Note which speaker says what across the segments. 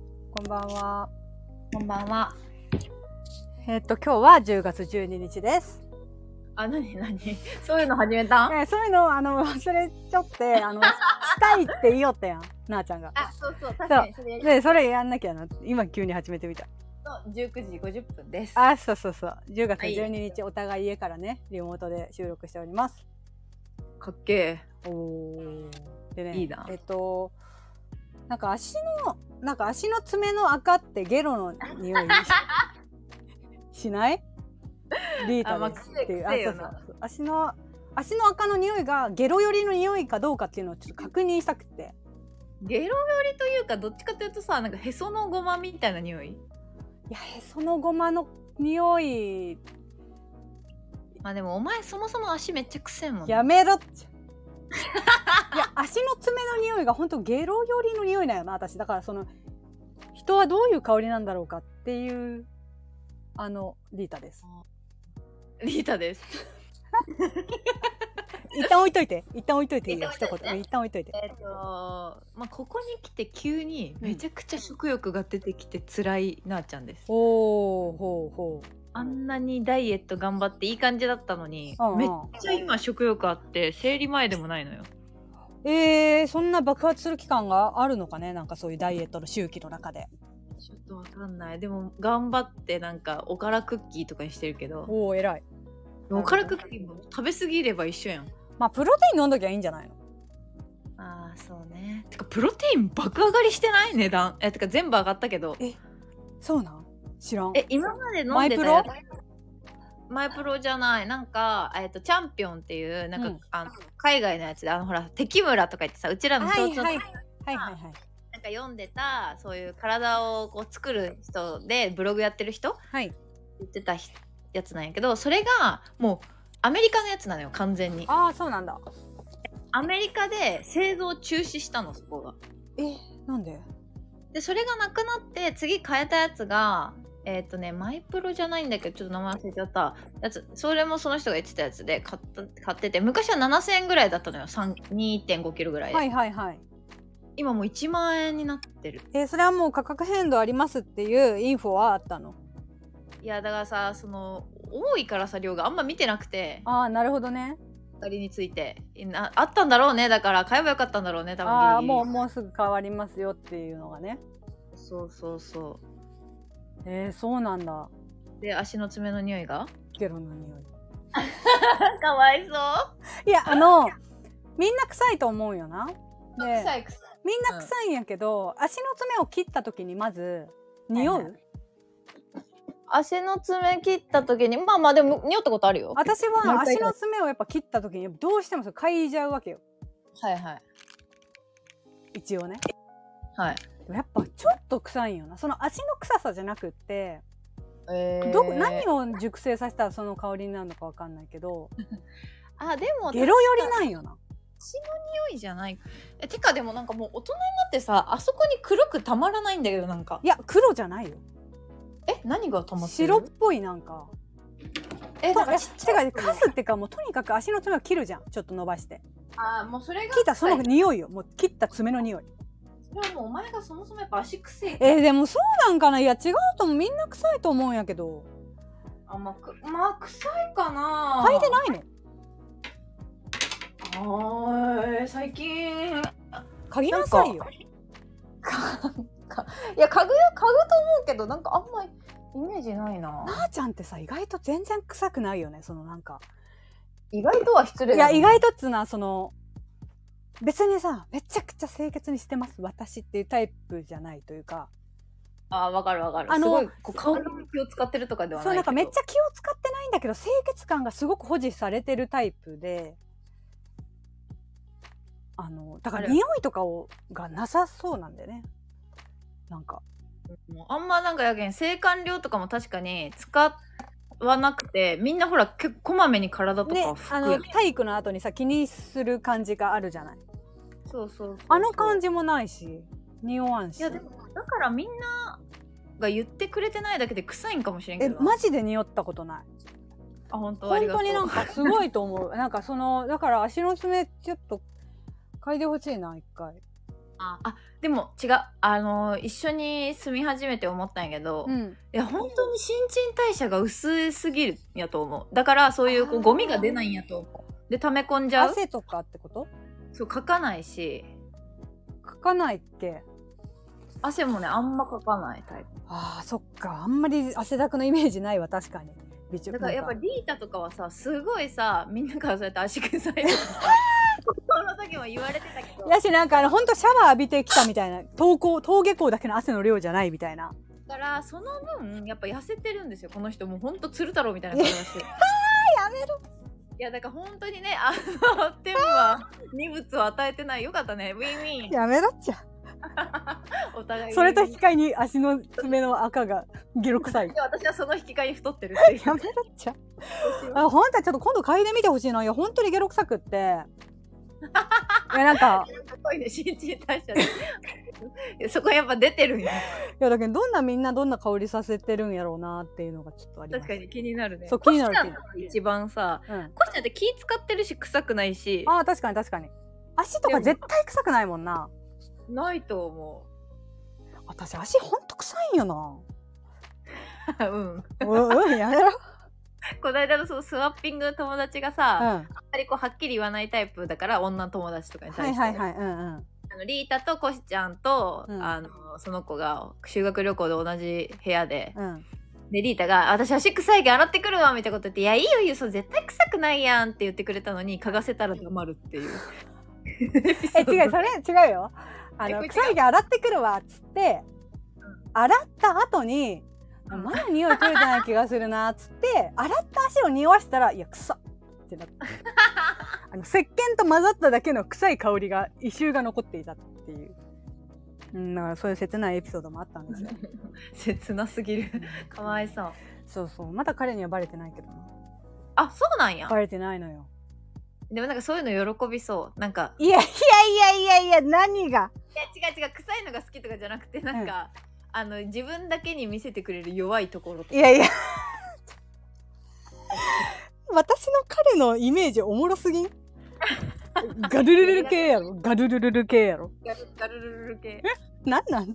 Speaker 1: は。
Speaker 2: こんばんは。
Speaker 1: えっと、今日は10月12日です。
Speaker 2: あ、なになに そういうの始めたん
Speaker 1: えーそういうの、あの、忘れちゃって、あ の、したいって言おったやん、なあちゃんが。
Speaker 2: あ、そうそう、確かにそれやり
Speaker 1: で、それやんなきゃな。今急に始めてみた。
Speaker 2: の19時50分です。
Speaker 1: あ、そうそうそう。10月12日、お互い家からね、リモートで収録しております。
Speaker 2: かっけ
Speaker 1: おでね、
Speaker 2: いいな
Speaker 1: えっと、なんか足の、なんか足の爪の赤ってゲロの匂 いしないリー
Speaker 2: あまあ
Speaker 1: タですっていう。
Speaker 2: 癖癖よ
Speaker 1: そう
Speaker 2: な
Speaker 1: そうそう足の、足の赤の匂いがゲロ寄りの匂いかどうかっていうのをちょっと確認したくて。
Speaker 2: え。ゲロ寄りというか、どっちかというとさ、なんかへそのごまみたいな匂い。
Speaker 1: いや、へそのごまの匂い、
Speaker 2: まあでも、お前そもそも足めっちゃくせえもんね。
Speaker 1: やめろって。 いや、足の爪の匂いが本当ゲロ寄りの匂いなんよな、私。だからその、人はどういう香りなんだろうかっていう、あの、リータです。
Speaker 2: リータです。
Speaker 1: 一旦置いといて。一旦置いといていいよ、
Speaker 2: 一
Speaker 1: 一
Speaker 2: 旦置いといて
Speaker 1: 言。一旦置いといて。
Speaker 2: えっ、とまあ、ここに来て急に
Speaker 1: うん
Speaker 2: めちゃくちゃ食欲が出てきて辛いなあちゃんです。
Speaker 1: おー、ほうほう。
Speaker 2: あんなにダイエット頑張っていい感じだったのに、
Speaker 1: うんうん
Speaker 2: めっちゃ今食欲あって、生理前でもないのよ。
Speaker 1: えー、そんな爆発する期間があるのかねなんかそういうダイエットの周期の中で。
Speaker 2: ちょっとわかんない。でも頑張ってなんかおからクッキーとかにしてるけど、
Speaker 1: おー、偉い。
Speaker 2: おからクッキーも食べ過ぎれば一緒やん。
Speaker 1: まあ、プロテイン飲んどきゃいいんじゃないの
Speaker 2: ああ、そうね。てかプロテイン爆上がりしてない値段。え、てか全部上がったけど。
Speaker 1: そうなん知らん。
Speaker 2: え、今まで飲んでたやつマイプロじゃない。なんか、えっと、チャンピオンっていう、なんか、
Speaker 1: うん
Speaker 2: あの海外のやつで、あの、ほら、敵村とか言ってさ、うちらの
Speaker 1: は
Speaker 2: 共
Speaker 1: い
Speaker 2: 通の
Speaker 1: はい。はいはいはい。
Speaker 2: なんか読んでた、そういう体をこう作る人で、ブログやってる人
Speaker 1: はい。
Speaker 2: 言ってたひやつなんやけど、それが、もう、アメリカのやつなのよ、完全に。
Speaker 1: あー、そうなんだ。
Speaker 2: アメリカで製造中止したのそこが。
Speaker 1: え、なんで
Speaker 2: でそれがなくなって次変えたやつがえっ、とねマイプロじゃないんだけどちょっと名前忘れちゃったやつそれもその人が言ってたやつで買った買ってて昔は7000円ぐらいだったのよ3 2.5キロぐらいで、
Speaker 1: はいはいはい。
Speaker 2: 今もう1万円になってる
Speaker 1: えーそれはもう価格変動ありますっていうインフォはあったの
Speaker 2: いやだからさその多いからさ量があんま見てなくて
Speaker 1: ああなるほどね
Speaker 2: あれについてなあったんだろうねだから買えばよかったんだろうね多分
Speaker 1: ああ
Speaker 2: ギリギリ
Speaker 1: もうもうすぐ変わりますよっていうのがね
Speaker 2: そうそうそ
Speaker 1: えー、そうなんだ
Speaker 2: うで足の爪の匂いが
Speaker 1: ゲロの匂い
Speaker 2: かわいそう
Speaker 1: いやあのみんな臭いと思うよなで
Speaker 2: 臭い臭い
Speaker 1: みんな臭いんやけど、足の爪を切った時にまず匂う、
Speaker 2: はいは足の爪切った時にまあまあでも匂ったことあるよ
Speaker 1: 私は
Speaker 2: 毎回
Speaker 1: 足の爪をやっぱ切った時にどうしてもそれ嗅いじゃうわけよ
Speaker 2: はいはい
Speaker 1: 一応ね
Speaker 2: はい
Speaker 1: でもやっぱちょっと臭いんよなその足の臭さじゃなくって
Speaker 2: え
Speaker 1: どこ何を熟成させたらその香りになるのかわかんないけど
Speaker 2: あでも
Speaker 1: ゲロ寄りなんよな
Speaker 2: 匂いじゃないえてかでもなんかもう大人になってさあそこに黒くたまらないんだけどなんか
Speaker 1: いや黒じゃないよ
Speaker 2: え何がたまってる
Speaker 1: 白っぽいなんか
Speaker 2: え
Speaker 1: え
Speaker 2: なんかちっちゃい
Speaker 1: てかカスってかもうとにかく足の爪を切るじゃんちょっと伸ばして
Speaker 2: あもうそれが
Speaker 1: 切ったその匂いよもう切った爪の匂い
Speaker 2: それはもうお前がそもそもやっぱ足くせえ
Speaker 1: えーでもそうなんかないや違うと思うみんな臭いと思うんやけど
Speaker 2: あまあくまあ臭いかな
Speaker 1: 嗅いでないの
Speaker 2: あーえー最近
Speaker 1: 嗅ぎなさいよ
Speaker 2: かかいや家具や家具と思うけどなんかあんまりイメージないな
Speaker 1: なあちゃんってさ意外と全然臭くないよねそのなんか
Speaker 2: 意外とは失礼
Speaker 1: いや意外とっつうのはその別にさめちゃくちゃ清潔にしてます私っていうタイプじゃないというか
Speaker 2: あーわかるわかる
Speaker 1: あ
Speaker 2: あ
Speaker 1: の
Speaker 2: のすごいこう顔に気を使ってるとかではない
Speaker 1: そうなんかめっち
Speaker 2: ゃ
Speaker 1: ゃ気を使ってないんだけど清潔感がすごく保持されてるタイプであのだから
Speaker 2: あれ
Speaker 1: 匂いとかをがなさそうなんだよねなんか
Speaker 2: あんまなんかやけん制汗量とかも確かに使わなくてみんなほら結構こまめに体と
Speaker 1: ね
Speaker 2: か拭
Speaker 1: あ
Speaker 2: くや
Speaker 1: の
Speaker 2: ん、
Speaker 1: 体育の後にさ気にする感じがあるじゃない
Speaker 2: そうそうそう
Speaker 1: あの感
Speaker 2: じ
Speaker 1: じもないし匂わんし
Speaker 2: いやでもだからみんなが言ってくれてないだけで臭いんかもしれんけ
Speaker 1: え
Speaker 2: どな
Speaker 1: マジで匂ったことない
Speaker 2: あ本当あ
Speaker 1: 本
Speaker 2: りが
Speaker 1: 当
Speaker 2: とう
Speaker 1: になんかすごい と思うなんかそのだから足の爪ちょっと嗅いでほしいな一回
Speaker 2: ああでも違うあの一緒に住み始めて思ったんやけど、
Speaker 1: う
Speaker 2: い
Speaker 1: ん、
Speaker 2: や本当に新陳代謝が薄すぎるんやと思うだからそういうこ
Speaker 1: あ
Speaker 2: う
Speaker 1: ー
Speaker 2: ゴミが出ないんやと思うで溜め込んじゃう
Speaker 1: 汗とかってこと
Speaker 2: そうかかないし
Speaker 1: かかないっけ
Speaker 2: 汗もねあんまかかないタイ
Speaker 1: あーそっかあんまり汗だくのイメージないわ確かに美
Speaker 2: プ
Speaker 1: 女
Speaker 2: だからやっぱ
Speaker 1: り
Speaker 2: リータとかはさすごいさみんなからそうやって足臭 いとかさその時も言われてたけどだ
Speaker 1: やしなんかあのほんとシャワー浴びてきたみたいな登校登下校だけの汗の量じゃないみたいな
Speaker 2: からその分やっぱ痩せてるんですよこの人もうほんと鶴太郎みたいな顔 だし
Speaker 1: やめ
Speaker 2: ろいやだから本当にねあの天は荷物を与えてないよかったねウィンウィン
Speaker 1: やめろっちゃ
Speaker 2: お互い
Speaker 1: それと
Speaker 2: ウィン
Speaker 1: 引
Speaker 2: ウィ
Speaker 1: き換えに足の爪の赤が ゲロ臭い
Speaker 2: ンで私はその引き換えに太ってるっていう
Speaker 1: やめろっちゃあ本当はちょっと今度嗅いでみてほしいのよ本当にゲロ臭くって いやなんか
Speaker 2: すごいね新陳代謝でいやそこやっぱ出てるんや
Speaker 1: いやだけどどんなみんなどんな香りさせてるんやろうなっていうのがちょっとあります
Speaker 2: 確かに気になるね
Speaker 1: そう気になる
Speaker 2: コシちゃんが一番さ
Speaker 1: うん、
Speaker 2: コシちゃんって気使ってるし臭くないし
Speaker 1: あー確かに確かに足とか絶対臭くないもんな
Speaker 2: ないと思
Speaker 1: 私足ほんと臭いんよな
Speaker 2: ううん
Speaker 1: おうんやめろ、
Speaker 2: こないだのそのスワッピングの友達がさ、
Speaker 1: うん、
Speaker 2: あん
Speaker 1: は
Speaker 2: まりこうはっきり言わないタイプだから女の友達とかに
Speaker 1: い
Speaker 2: 対して、
Speaker 1: はいはいうんうん
Speaker 2: あのリータとコシちゃんと、
Speaker 1: うん
Speaker 2: あのその子が修学旅行で同じ部屋で、
Speaker 1: うん
Speaker 2: でリータが「私足臭いけん洗ってくるわ」みたいなこと言って「いやいいよいいよそう絶対臭くないやん」って言ってくれたのに嗅がせたら黙るっていうエピソ
Speaker 1: え
Speaker 2: ード
Speaker 1: 違うそれ違うよあ
Speaker 2: えこ
Speaker 1: の
Speaker 2: れ違う
Speaker 1: 臭い毛洗ってくるわっつって洗った後に
Speaker 2: うん
Speaker 1: まだ匂い取れてない気がするなっつって洗った足を匂わしたらいや臭っってなったあの石鹸と混ざっただけの臭い香りが異臭が残っていたっていううんだからそういう切ないエピソードもあったんですよ
Speaker 2: 切なすぎる かわいそう
Speaker 1: そうそうまだ彼にはバレてないけどな
Speaker 2: あそうなんや
Speaker 1: バレてないのよ
Speaker 2: でもなんかそういうの喜びそうなんか
Speaker 1: いやいやいやいやいや何が
Speaker 2: いや違う違う臭いのが好きとかじゃなくてなんか、あの自分だけに見せてくれる弱いところと
Speaker 1: いやいや私の彼のイメージおもろすぎんガルルルル系やろガルルルル系やろ
Speaker 2: ガルガルルルル系
Speaker 1: なんなんて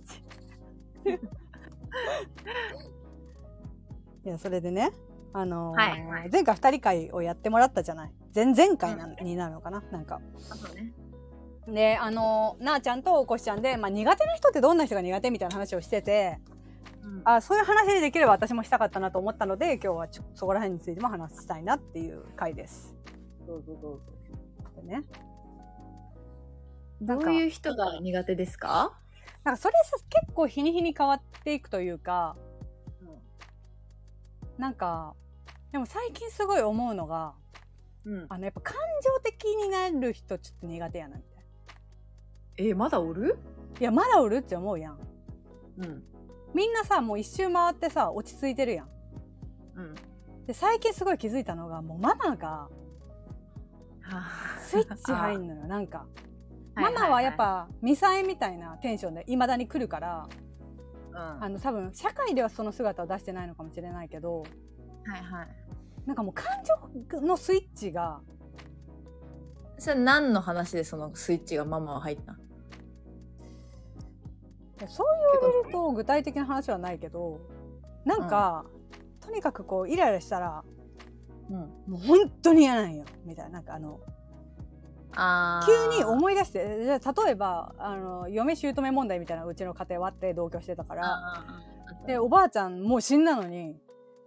Speaker 1: いやそれでねあのー
Speaker 2: はいは
Speaker 1: 前回二人会をやってもらったじゃない前々回なんになるのかななんか
Speaker 2: そうね
Speaker 1: であのーなあちゃんとおこしちゃんで、まあ、苦手な人ってどんな人が苦手みたいな話をしてて
Speaker 2: うん
Speaker 1: あそういう話でできれば私もしたかったなと思ったので今日はちょそこら辺についても話したいなっていう回です。
Speaker 2: どうぞどうぞ
Speaker 1: でね、な
Speaker 2: ど
Speaker 1: んか
Speaker 2: ういう人が苦手ですか、
Speaker 1: なんかそれさ結構日に日に変わっていくというかなんかでも最近すごい思うのが
Speaker 2: うん、
Speaker 1: あのやっぱ感情的になる人ちょっと苦手やなみたいな。
Speaker 2: えまだおる
Speaker 1: いやまだおるって思うやん。
Speaker 2: うん
Speaker 1: みんなさもう一周回ってさ落ち着いてるやん。
Speaker 2: うん
Speaker 1: で最近すごい気づいたのがもうママがスイッチ入んのよなんか。ママはやっ、ぱミサイみたいなテンションでいまだに来るから
Speaker 2: うん、
Speaker 1: あの多分社会ではその姿を出してないのかもしれないけど
Speaker 2: はいはい
Speaker 1: なんかもう感情のスイッチが
Speaker 2: それ何の話でそのスイッチがママは入ったん
Speaker 1: そう言われると具体的な話はないけどなんか、とにかくこうイライラしたら
Speaker 2: うん
Speaker 1: もう本当に嫌なんよみたいななんかあの
Speaker 2: あー
Speaker 1: 急に思い出してえじゃあ例えばあの嫁姑問題みたいなうちの家庭はあって同居してたから。
Speaker 2: あー
Speaker 1: でおばあちゃんもう死んだのに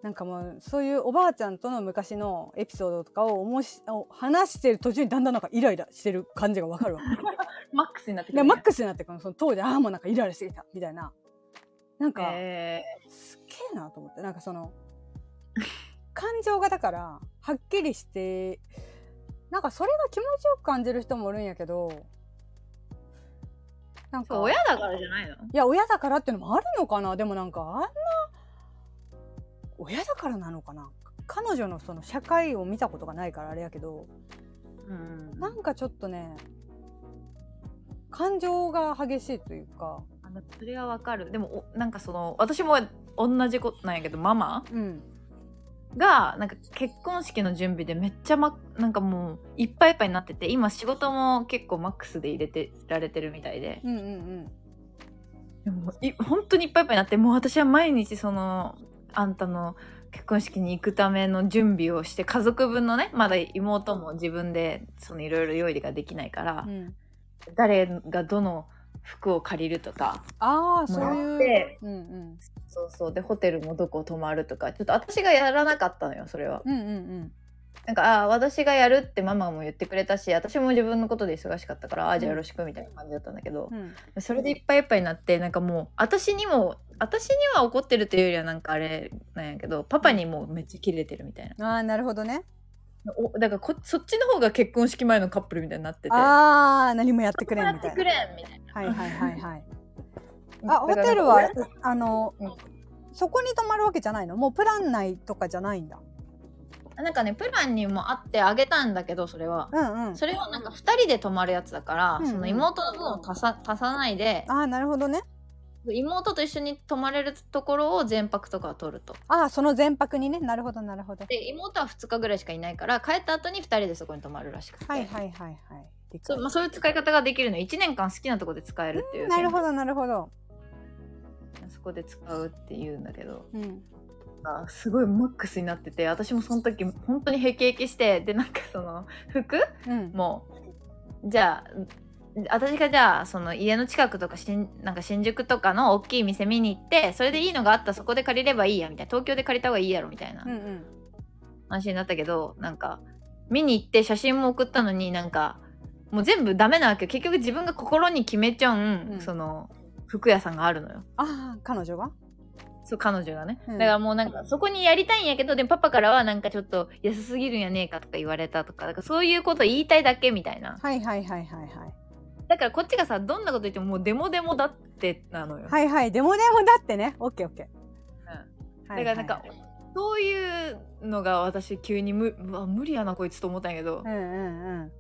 Speaker 1: なんかもうそういうおばあちゃんとの昔のエピソードとかを思いしを話してる途中にだんだんなんかイライラしてる感じがわかる わ
Speaker 2: マックスになってく
Speaker 1: で
Speaker 2: ん
Speaker 1: マ
Speaker 2: や
Speaker 1: ックスになってくるのその当時ああもうなんかイライラしてきたみたいななんか、
Speaker 2: え
Speaker 1: すっげえなと思ってなんかその感情がだからはっきりしてなんかそれが気持ちよく感じる人もおるんやけどなん
Speaker 2: ー
Speaker 1: か
Speaker 2: そう親だからじゃないの
Speaker 1: いや親だからっていうのもあるのかなでもなんかあんな親だからなのかな彼女のその社会を見たことがないからあれやけど
Speaker 2: うん
Speaker 1: なんかちょっとね感情が激しいというか
Speaker 2: あのそれはわかるでもおなんかその私も同じことなんやけどママ
Speaker 1: うん
Speaker 2: がなんか結婚式の準備でめっちゃ、ま、なんかもういっぱいいっぱいになってて今仕事も結構マックスで入れてられてるみたいで
Speaker 1: うんうんうん
Speaker 2: でもい本当にいっぱいいっぱいになってもう私は毎日そのあんたの結婚式に行くための準備をして家族分のねまだ妹も自分でそのいろいろ用意ができないから、
Speaker 1: うん。
Speaker 2: 誰がどの服を借りるとか
Speaker 1: ああ、
Speaker 2: も
Speaker 1: そう
Speaker 2: らっ
Speaker 1: いう。
Speaker 2: て
Speaker 1: うんうん。
Speaker 2: そうそうでホテルもどこ泊まるとかちょっと私がやらなかったのよそれは。
Speaker 1: うんうん
Speaker 2: なんかあー私がやるってママも言ってくれたし私も自分のことで忙しかったからあーじゃあ
Speaker 1: うん
Speaker 2: よろしくみたいな感じだったんだけど
Speaker 1: う、ん。
Speaker 2: それでいっぱいいっぱいになってなんかもう私にも私には怒ってるというよりはなんかあれなんやけどパパにもうめっちゃキレてるみたいな
Speaker 1: うん。ああ、なるほどね。
Speaker 2: おだからこそっちの方が結婚式前のカップルみたいになってて
Speaker 1: ああ、何もやってくれ
Speaker 2: や
Speaker 1: んみ
Speaker 2: ったて
Speaker 1: い
Speaker 2: く
Speaker 1: な。
Speaker 2: れんみたい
Speaker 1: はいはいはいはい。
Speaker 2: な
Speaker 1: あ、ホテルは、あの
Speaker 2: うん、
Speaker 1: そこに泊まるわけじゃないのもうプラン内とかじゃないんだ。
Speaker 2: なんかねプランにもあってあげたんだけどそれは
Speaker 1: うんうん。
Speaker 2: それはなんか2人で泊まるやつだから、
Speaker 1: うんうん
Speaker 2: その妹の分を足さ足さないで
Speaker 1: ああ、なるほどね。
Speaker 2: 妹と一緒に泊まれるところを全泊とかを取ると
Speaker 1: ああ、その全泊にね。なるほどなるほど。
Speaker 2: で妹は2日ぐらいしかいないから帰った後に2人でそこに泊まるらしくて、
Speaker 1: はいはいはいはい。理
Speaker 2: そ
Speaker 1: 解
Speaker 2: うまあ、そういう使い方ができるの1年間好きなとこで使えるっていう
Speaker 1: なるほどなるほど。
Speaker 2: そこで使うっていうんだけど
Speaker 1: うん。
Speaker 2: あすごいマックスになってて私もその時本当にヘキヘキしてでなんかその服
Speaker 1: うん。
Speaker 2: もうじゃあ私がじゃあその家の近くとかしんなんか新宿とかの大きい店見に行ってそれでいいのがあったらそこで借りればいいやみたいな東京で借りた方がいいやろみたいな
Speaker 1: うんうん。
Speaker 2: 話になったけどなんか見に行って写真も送ったのになんかもう全部ダメなわけよ結局自分が心に決めちゃうん、
Speaker 1: うん
Speaker 2: その服屋さんがあるのよ
Speaker 1: ああ、彼女が
Speaker 2: そう彼女がね、
Speaker 1: うん
Speaker 2: だからもうなんかそこにやりたいんやけどでもパパからはなんかちょっと安すぎるんやねえかとか言われたとかだからそういうこと言いたいだけみたいな
Speaker 1: はいはいはいはいはい。
Speaker 2: だからこっちがさどんなこと言ってももうデモデモだってなのよ、
Speaker 1: はいはい。でもでもだってね。オッケーオッケー。
Speaker 2: だからなんか、
Speaker 1: はいはい
Speaker 2: そういうのが私急に無うわ無理やなこいつと思ったんやけど、
Speaker 1: うんうんうん。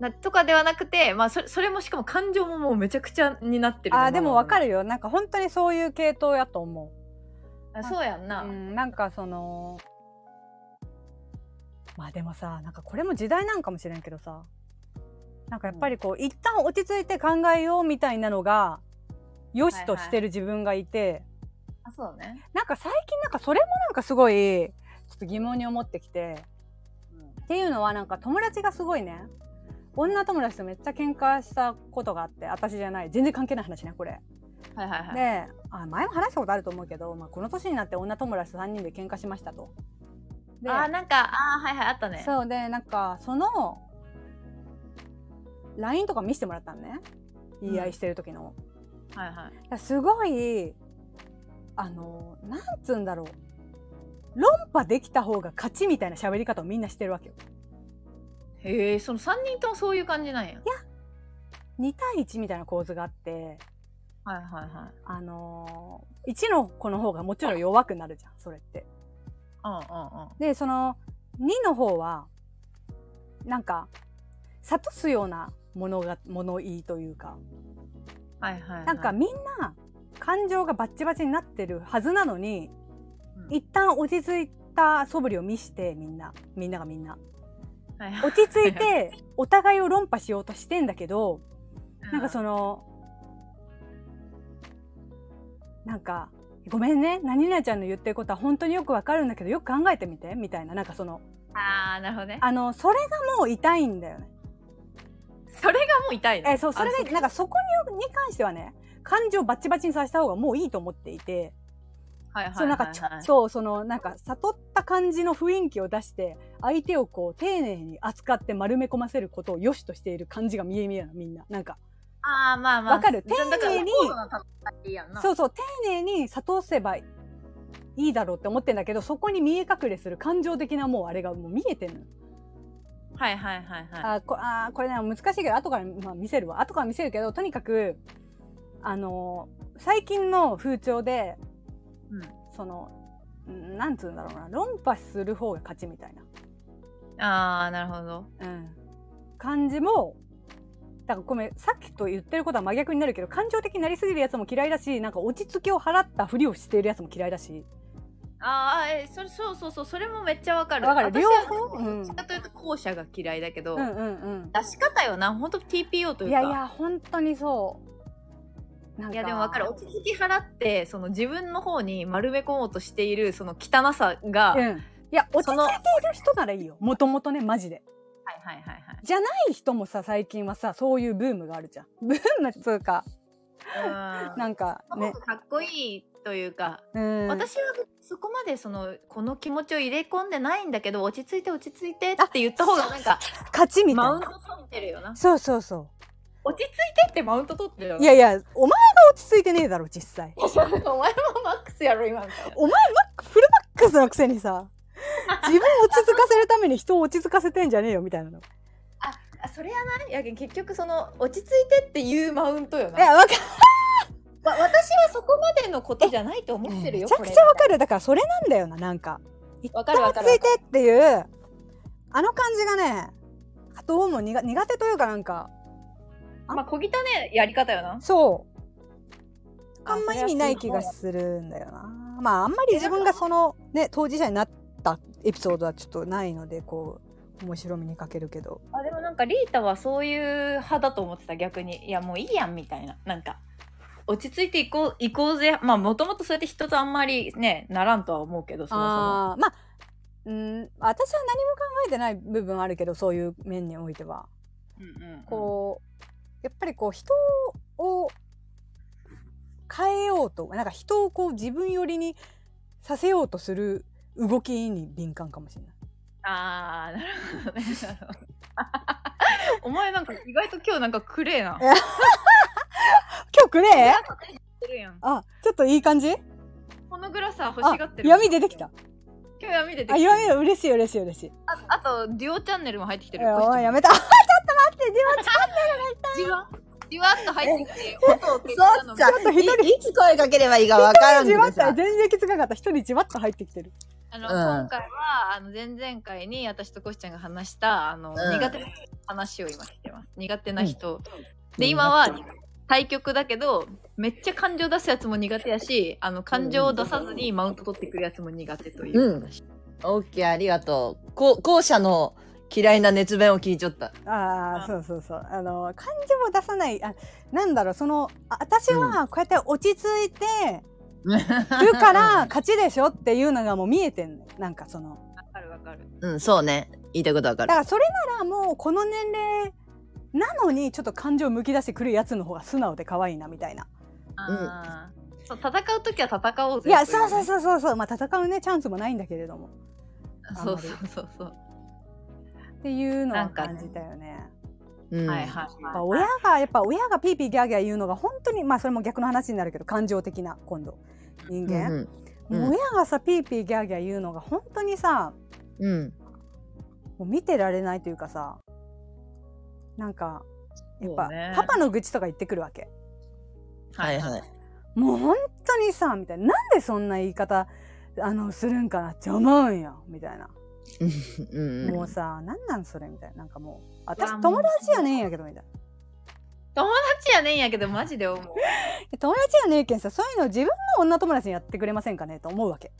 Speaker 2: なとかではなくて、まあ、そそれもしかも感情ももうめちゃくちゃになってる
Speaker 1: あーでもわか
Speaker 2: る
Speaker 1: るよなんか本当にそういう系統やと思
Speaker 2: そうやん
Speaker 1: う、
Speaker 2: な、
Speaker 1: うん、なんかそのまあでもさなんかこれも時代なんかもしれんけどさなんかやっぱりこう、一旦落ち着いて考えようみたいなのが良しとしてる自分がいて、
Speaker 2: あそうね、
Speaker 1: なんか最近なんかそれもなんかすごいちょっと疑問に思ってきてっていうのはなんか友達がすごいね女友達とめっちゃ喧嘩したことがあって私じゃない全然関係ない話ねこれ。
Speaker 2: はいはいはい
Speaker 1: であ前も話したことあると思うけど、まあ、この年になって女友達と3人で喧嘩しましたと。で
Speaker 2: あーなんかあーはいはいあったね
Speaker 1: そうでなんかその LINE とか見せてもらったのね言い合いしてる時の。
Speaker 2: はいはい
Speaker 1: いやすごいあのなんつうんだろう論破できた方が勝ちみたいな喋り方をみんなしてるわけよ。
Speaker 2: へえその3人ともそういう感じなんや
Speaker 1: 2対1みたいな構図があって。
Speaker 2: はいはいはい
Speaker 1: あの1の子の方がもちろん弱くなるじゃんそれって。
Speaker 2: うんうんうん
Speaker 1: でその2の方はなんか諭すようなものが物言いというか
Speaker 2: はいはい、はい、
Speaker 1: なんかみんな感情がバッチバチになってるはずなのに、
Speaker 2: うん
Speaker 1: 一旦落ち着いた素振りを見してみんなみんながみん な
Speaker 2: はいはい
Speaker 1: 落ち着いてお互いを論破しようとしてんだけどなんかそのなんか「ごめんね何々ちゃんの言ってることは本当によくわかるんだけどよく考えてみて」みたいななんかその
Speaker 2: ああなるほどね
Speaker 1: あのそれがもう痛いんだよね。
Speaker 2: それがもう痛いの
Speaker 1: えそうそれ
Speaker 2: あ
Speaker 1: がなんかそこにに関してはね感情バチバチにさせた方がもういいと思っていて、
Speaker 2: はいはいはい
Speaker 1: そのなんかちょ
Speaker 2: はい
Speaker 1: そうそのなんか悟った感じの雰囲気を出して相手をこう丁寧に扱って丸め込ませることを良しとしている感じが見え見えなのみんななんか
Speaker 2: ああまあまあ
Speaker 1: わかる
Speaker 2: だから
Speaker 1: 丁寧に
Speaker 2: 高度な戦いやんな
Speaker 1: そうそう丁寧に悟せばいいだろうって思ってんだけどそこに見え隠れする感情的なもうあれがもう見えてるの
Speaker 2: はいはいはいはい
Speaker 1: あこあーこれね難しいけど後から、まあ、見せるわ後から見せるけどとにかくあのー最近の風潮で
Speaker 2: うん
Speaker 1: そのんなんつうんだろうな論破する方が勝ちみたい
Speaker 2: ああなるほど
Speaker 1: な、うん、感じもだからごめんさっきと言ってることは真逆になるけど感情的になりすぎるやつも嫌いだしなんか落ち着きを払ったふりをしているやつも嫌いだし
Speaker 2: あああえそれそうそうそうそれもめっちゃわかる
Speaker 1: わかる
Speaker 2: 私
Speaker 1: 両
Speaker 2: は
Speaker 1: 方うん
Speaker 2: どっちかというと後者が嫌いだけど、
Speaker 1: うんうん
Speaker 2: 出し方よな本当 TPO と
Speaker 1: う
Speaker 2: い
Speaker 1: ん
Speaker 2: うか
Speaker 1: いやいや本当にそうなん
Speaker 2: いやでもわかる落ち着き払ってその自分の方に丸め込もうとしているその汚さが、
Speaker 1: う
Speaker 2: はい
Speaker 1: んいや落ち着
Speaker 2: そ
Speaker 1: い
Speaker 2: の
Speaker 1: ている人ならいいよもともとねマジで
Speaker 2: はいはいはい
Speaker 1: じゃない人もさ最近はさそういうブームがあるじゃん ブームっつうか
Speaker 2: うん
Speaker 1: なんか
Speaker 2: その
Speaker 1: ね
Speaker 2: 方、がかっこいいというか、
Speaker 1: うん、
Speaker 2: 私はそこまでそのこの気持ちを入れ込んでないんだけど落ち着いて落ち着いてって言った方がなん か
Speaker 1: 勝ちみたい
Speaker 2: マウント
Speaker 1: な
Speaker 2: 取ってるよな
Speaker 1: そうそうそ
Speaker 2: 落ち着いてってマウント取ってるよ
Speaker 1: うい
Speaker 2: な
Speaker 1: やいやお前が落ち着いてねえだろ実 際
Speaker 2: いや そうお前もマックスやろ今みたいな
Speaker 1: お前はフルバックスのくせに さ自分を落ち着かせるために人を落ち着かせてんじゃねえよみたいな の
Speaker 2: あそれやないやけん結局その落ち着いてっていうマウントよ
Speaker 1: いやわか
Speaker 2: わ私はそこまでのことじゃないと思ってる
Speaker 1: め
Speaker 2: よ
Speaker 1: ちゃ
Speaker 2: こ
Speaker 1: く
Speaker 2: れ
Speaker 1: ちゃわかるだからそれなんだよななんか
Speaker 2: わかるわかる
Speaker 1: 落ち着いてっていうあの感じがねどうも苦苦手というかなんか
Speaker 2: まあ小汚ねやり方よな
Speaker 1: そう
Speaker 2: あ
Speaker 1: あんま意味ない気がするんだよなまああんまり自分がそのね当事者になったエピソードはちょっとないのでこう面白みに欠けるけど
Speaker 2: あでもなんかリータはそういう派だと思ってた逆にいやもういいやんみたいななんか落ち着いていこう行こうぜまあもともとそうやって人とあんまりねならんとは思うけどそもそも
Speaker 1: あーまあうん私は何も考えてない部分あるけどそういう面においては
Speaker 2: うんうんうん
Speaker 1: こうやっぱりこう人を変えようとなんか人をこう自分寄りにさせようとする動きに敏感かもしれない。
Speaker 2: あーなるほどねなるほどお前なんか意外と今日なんかクレーな
Speaker 1: え今日くれ
Speaker 2: してるやん
Speaker 1: あちょっといい感じ
Speaker 2: このグラサー欲
Speaker 1: あ
Speaker 2: しがってる
Speaker 1: 闇出てきた
Speaker 2: 今日闇出てき
Speaker 1: あ
Speaker 2: た
Speaker 1: 闇嬉しい嬉しい嬉しい
Speaker 2: ああとデュオチャンネルも入ってきてる
Speaker 1: おいやめたちょっと待ってでも
Speaker 2: じわじわっと入ってきて音を消したの
Speaker 1: ちょっと一人
Speaker 3: いいつ声かければいいかわからん
Speaker 1: じ
Speaker 3: け
Speaker 1: わ
Speaker 3: ど
Speaker 1: っと
Speaker 3: さ。
Speaker 1: 全然きつかかった一人じわっと入ってきてる
Speaker 2: あの、
Speaker 3: うん
Speaker 2: 今回はあの前々回に私とコシちゃんが話したあの、
Speaker 3: ん
Speaker 2: 苦手な話を今してます苦手な人、
Speaker 3: うん
Speaker 2: で今は対局だけどめっちゃ感情出すやつも苦手やしあの感情を出さずにマウント取ってくるやつも苦手という話、
Speaker 3: オッケーありがとう。こ後者の嫌いな熱弁を聞いちゃった。
Speaker 1: ああ
Speaker 2: あ
Speaker 1: そうそうそうあの感情を出さないあなんだろうそのあ私はこうやって落ち着いてるから勝ちでしょっていうのがもう見えてんのよなんかその
Speaker 2: わかるわかる
Speaker 3: うん、そうね。言いたいことわ
Speaker 1: だ
Speaker 3: かる
Speaker 1: か。らそれならもうこの年齢なのにちょっと感情をむき出してくるやつの方が素直で可愛いなみたいな
Speaker 2: あーそう戦う時は戦おうぜ
Speaker 1: いやそう
Speaker 2: とい
Speaker 1: そうそう
Speaker 2: ね
Speaker 1: そうそうまあ戦うねチャンスもないんだけれどもう
Speaker 2: そうそうそうそう、
Speaker 1: っていうの
Speaker 2: な
Speaker 1: は
Speaker 2: んかね
Speaker 1: 感じたよね。
Speaker 3: うん
Speaker 2: は
Speaker 1: や
Speaker 2: いはい
Speaker 1: っ
Speaker 2: は
Speaker 1: ぱ
Speaker 2: い
Speaker 1: 親がやっぱ親がピーピーギャーギャー言うのが本当にまあそれも逆の話になるけど感情的な今度人
Speaker 3: うん
Speaker 1: 間、
Speaker 3: うん
Speaker 1: もう親がさピーピーギャーギャー言うのが本当にさ
Speaker 3: うん。うん。
Speaker 1: もう見てられないというかさなんかやっぱ、
Speaker 2: そうね
Speaker 1: パパの愚痴とか言ってくるわけ
Speaker 3: はいはい。
Speaker 1: もう本当にさみたいななんでそんな言い方あのするんかなって思うんやみたいな、
Speaker 3: うん
Speaker 1: もうさなんなんそれみたいななんかもう私
Speaker 2: わあ
Speaker 1: 友達やねんやけどみたいな
Speaker 2: こっちやねんやけどマジで思う
Speaker 1: 友達やねえけんさそういうの自分の女友達にやってくれませんかねと思うわけ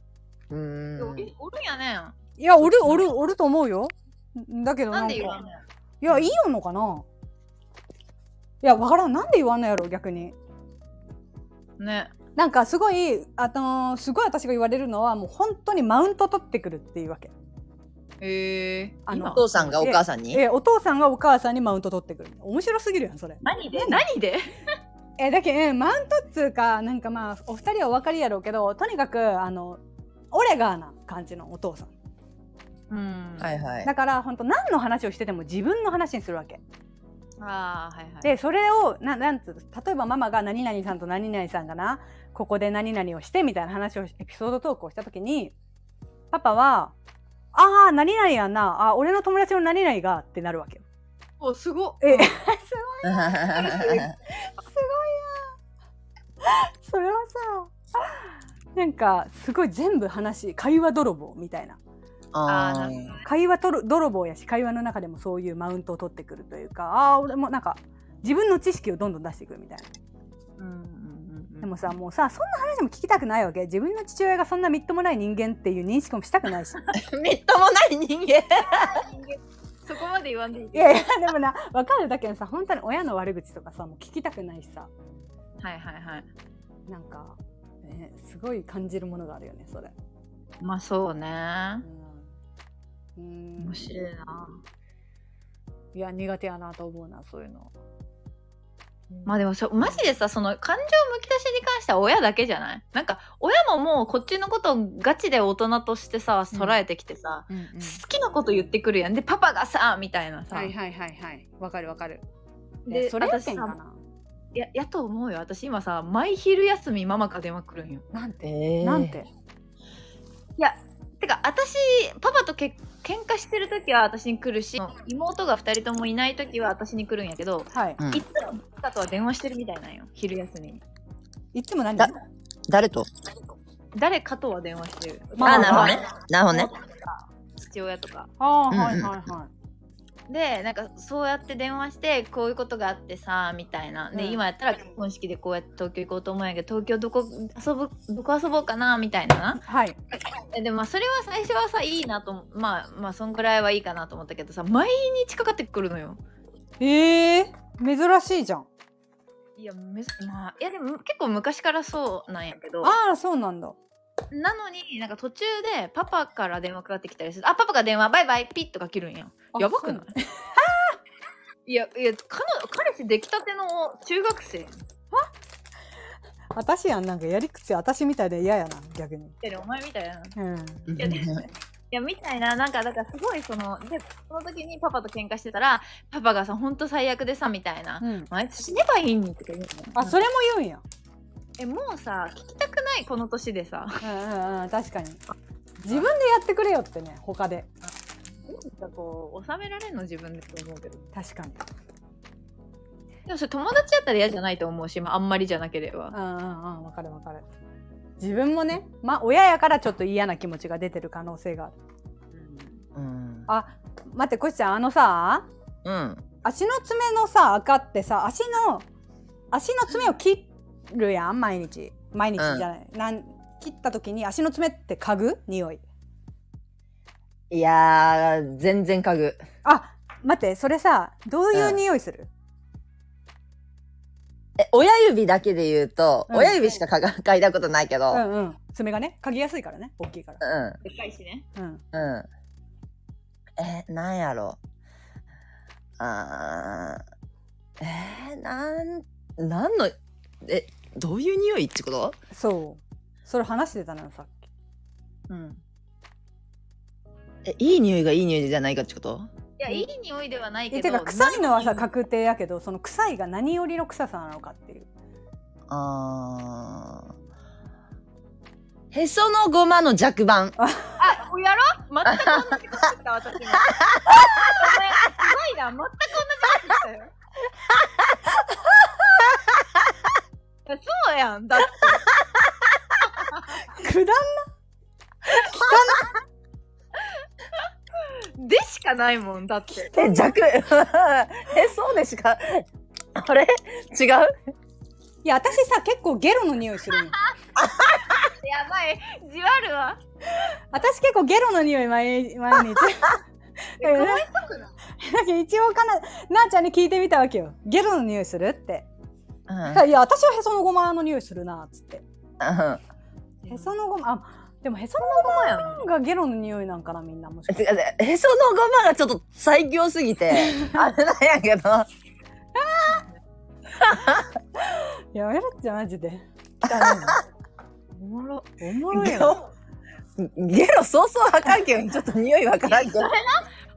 Speaker 3: うん。う
Speaker 2: おる
Speaker 3: ん。
Speaker 2: おるやねん
Speaker 1: いやおるおるおると思うよだけどな
Speaker 2: なんん
Speaker 1: か
Speaker 2: で
Speaker 1: い
Speaker 2: 言わんねん
Speaker 1: やいいよんのかないやわからんなんで言わんのやろ逆に
Speaker 2: ね
Speaker 1: なんかすごいあのーすごい私が言われるのはもう本当にマウント取ってくるっていうわけ
Speaker 2: へえ
Speaker 1: あの
Speaker 3: お父さんがお母さんに
Speaker 1: えお父さんがお母さんにマウント取ってくる面白すぎるやんそれ
Speaker 2: 何で
Speaker 1: 何
Speaker 2: 何で
Speaker 1: えだけんえマウントっつうかなんかまあお二人はお分かりやろうけどとにかくあのオレガーな感じのお父さん
Speaker 2: うん
Speaker 3: はいはい。
Speaker 1: だから本当何の話をしてても自分の話にするわけ
Speaker 2: ああはいはい
Speaker 1: でそれをななんつうの例えばママが何々さんと何々さんがなここで何々をしてみたいな話をしエピソードトークをした時にパパは「ああ何々やんなあ俺の友達の何々が」ってなるわけよ。
Speaker 2: おすごっ
Speaker 1: え それはさなんかすごい全部話会話泥棒みたいな
Speaker 3: あ
Speaker 2: ーな
Speaker 3: あ
Speaker 2: るほどね
Speaker 1: 会話とる泥棒やし会話の中でもそういうマウントを取ってくるというかああ俺もなんか自分の知識をどんどん出してくるみたいな。
Speaker 2: うんうんうんうん
Speaker 1: でもさもうさそんな話も聞きたくないわけ自分の父親がそんなみっともない人間っていう認識もしたくないし
Speaker 3: みっともない人間。
Speaker 2: そこまで言わんでいい
Speaker 1: いやいやでもな分かるだけどさ本当に親の悪口とかさもう聞きたくないしさ
Speaker 2: はいはいはい
Speaker 1: なんか、ね、すごい感じるものがあるよねそれ。
Speaker 2: まあそうね
Speaker 1: うん、うん
Speaker 2: 面白いない
Speaker 1: や苦手やなと思うなそういうの。
Speaker 2: まあでもそうマジでさその感情むき出しに関しては親だけじゃないなんか親ももうこっちのことをガチで大人としてさ捉えてきてさ、
Speaker 1: うんうん
Speaker 2: 好きなこと言ってくるやんでパパがさみたいなさ、
Speaker 1: はいはいはいはいわかるわかる。
Speaker 2: で
Speaker 1: でそれや
Speaker 2: 私
Speaker 1: ってんか
Speaker 2: さ
Speaker 1: ない
Speaker 2: ややと思うよ私今さ毎昼休みママから電話くるんよ
Speaker 1: なんて、
Speaker 3: えー
Speaker 1: なん。て
Speaker 2: てか私パパとけ喧嘩してる時は私に来るし妹が2人ともいない時は私に来るんやけど、
Speaker 1: はい
Speaker 3: うん
Speaker 2: いつもパパとは電話してるみたいなんよ昼休みに
Speaker 1: いつも何
Speaker 3: だ誰と？
Speaker 2: 誰かとは電話してる
Speaker 1: まあ
Speaker 3: あ、なるほどね。なるほどね。
Speaker 2: 父親とか
Speaker 1: ああ
Speaker 3: うんうん
Speaker 1: はいはいは
Speaker 2: でなんかそうやって電話してこういうことがあってさみたいなで、
Speaker 1: うん
Speaker 2: 今やったら結婚式でこうやって東京行こうと思うんやけど東京どこ遊ぶどこ遊ぼうかなみたいない
Speaker 1: はい
Speaker 2: えでもまあそれは最初はさいいなと思まあまあそんぐらいはいいかなと思ったけどさ毎日かかってくるのよ
Speaker 1: ええ珍しいじゃん
Speaker 2: いやめずまあいやでも結構昔からそうなんやけど
Speaker 1: ああそうなんだ
Speaker 2: なのになんか途中でパパから電話かかってきたりするあパパが電話バイバイピッとか切るんや
Speaker 1: あ
Speaker 2: やばくない
Speaker 1: そう
Speaker 2: いやいや彼女彼氏できたての中学生やん
Speaker 1: 私やんなんかやり口私みたいで嫌やな逆に
Speaker 2: ってるお前みたいな
Speaker 1: うん
Speaker 3: うん
Speaker 2: やねいやみたいななんかだからすごいそのでその時にパパと喧嘩してたらパパがさほんと最悪でさみたいな「
Speaker 1: うん
Speaker 2: あいつ死ねばいいのに」とか言うの
Speaker 1: あそれも言うんや
Speaker 2: えもうさ聞きたくないこの年でさ
Speaker 1: うんうんうん確かに自分でやってくれよってね他で
Speaker 2: なんかこう収められんの自分でって思うけど
Speaker 1: 確かに
Speaker 2: でもそれ友達やったら嫌じゃないと思うし、まあ、あんまりじゃなければ
Speaker 1: うんうんうんわかるわかる自分もねまあ親やからちょっと嫌な気持ちが出てる可能性がある
Speaker 3: うん。
Speaker 1: あ待ってこしちゃんあのさ
Speaker 3: うん。
Speaker 1: 足の爪のさ赤ってさ足の足の爪を切るやん毎日毎日じゃない、なん切った時に足の爪って嗅ぐ匂い
Speaker 3: いやー全然家具。
Speaker 1: あ待ってそれさどういう匂いする、
Speaker 3: え親指だけで言うと、
Speaker 1: うん
Speaker 3: 親指しかかが嗅いだことないけど。
Speaker 1: う
Speaker 3: うん
Speaker 1: んうん爪がね嗅ぎやすいからね大きいから
Speaker 3: う
Speaker 2: でかいしね
Speaker 1: うん、うん、
Speaker 3: ん。えなんやろ。あーえー、なんなんのえどういう匂いってこと？
Speaker 1: そうそれ話してたのよさっき
Speaker 2: うん
Speaker 3: えいい匂いがいい匂いじゃないかってこと？
Speaker 2: いやいい匂いではないけ
Speaker 1: え
Speaker 2: ど
Speaker 1: てか臭いのはさ
Speaker 2: 何
Speaker 1: 確定やけどその臭いが何よりの臭さなのかっていう
Speaker 3: あーへそのごまの弱番。
Speaker 2: あおやろ全く同じことしてた私 もお前すごいな全く同じことしてたよいやそうやんだっ
Speaker 1: く
Speaker 2: て
Speaker 1: だん
Speaker 2: でしかないもんだって
Speaker 3: え、弱。 え、そうでしか。あれ違う
Speaker 1: いや私さ結構ゲロの匂いするのよ
Speaker 2: やばいじわるわ
Speaker 1: 私結構ゲロの匂い 毎毎日
Speaker 2: かわい
Speaker 1: だけど一応かななあちゃんに聞いてみたわけよゲロの匂いするって
Speaker 3: うん
Speaker 1: いや私はへそのごまの匂いするなっつって
Speaker 3: うん
Speaker 1: へそのごまあでもへその
Speaker 2: そうやん
Speaker 1: ごまがゲロの匂いなんかなみんなもしかして
Speaker 3: 違うへそのごまがちょっと最強す ぎて、あれなんやけど。
Speaker 1: やめろってマジで
Speaker 2: おもろ
Speaker 1: お もろい
Speaker 3: ゲ
Speaker 1: よ
Speaker 3: ロ、ゲロそうそうはかんけど、ちょっと匂いわからんけど。
Speaker 2: 本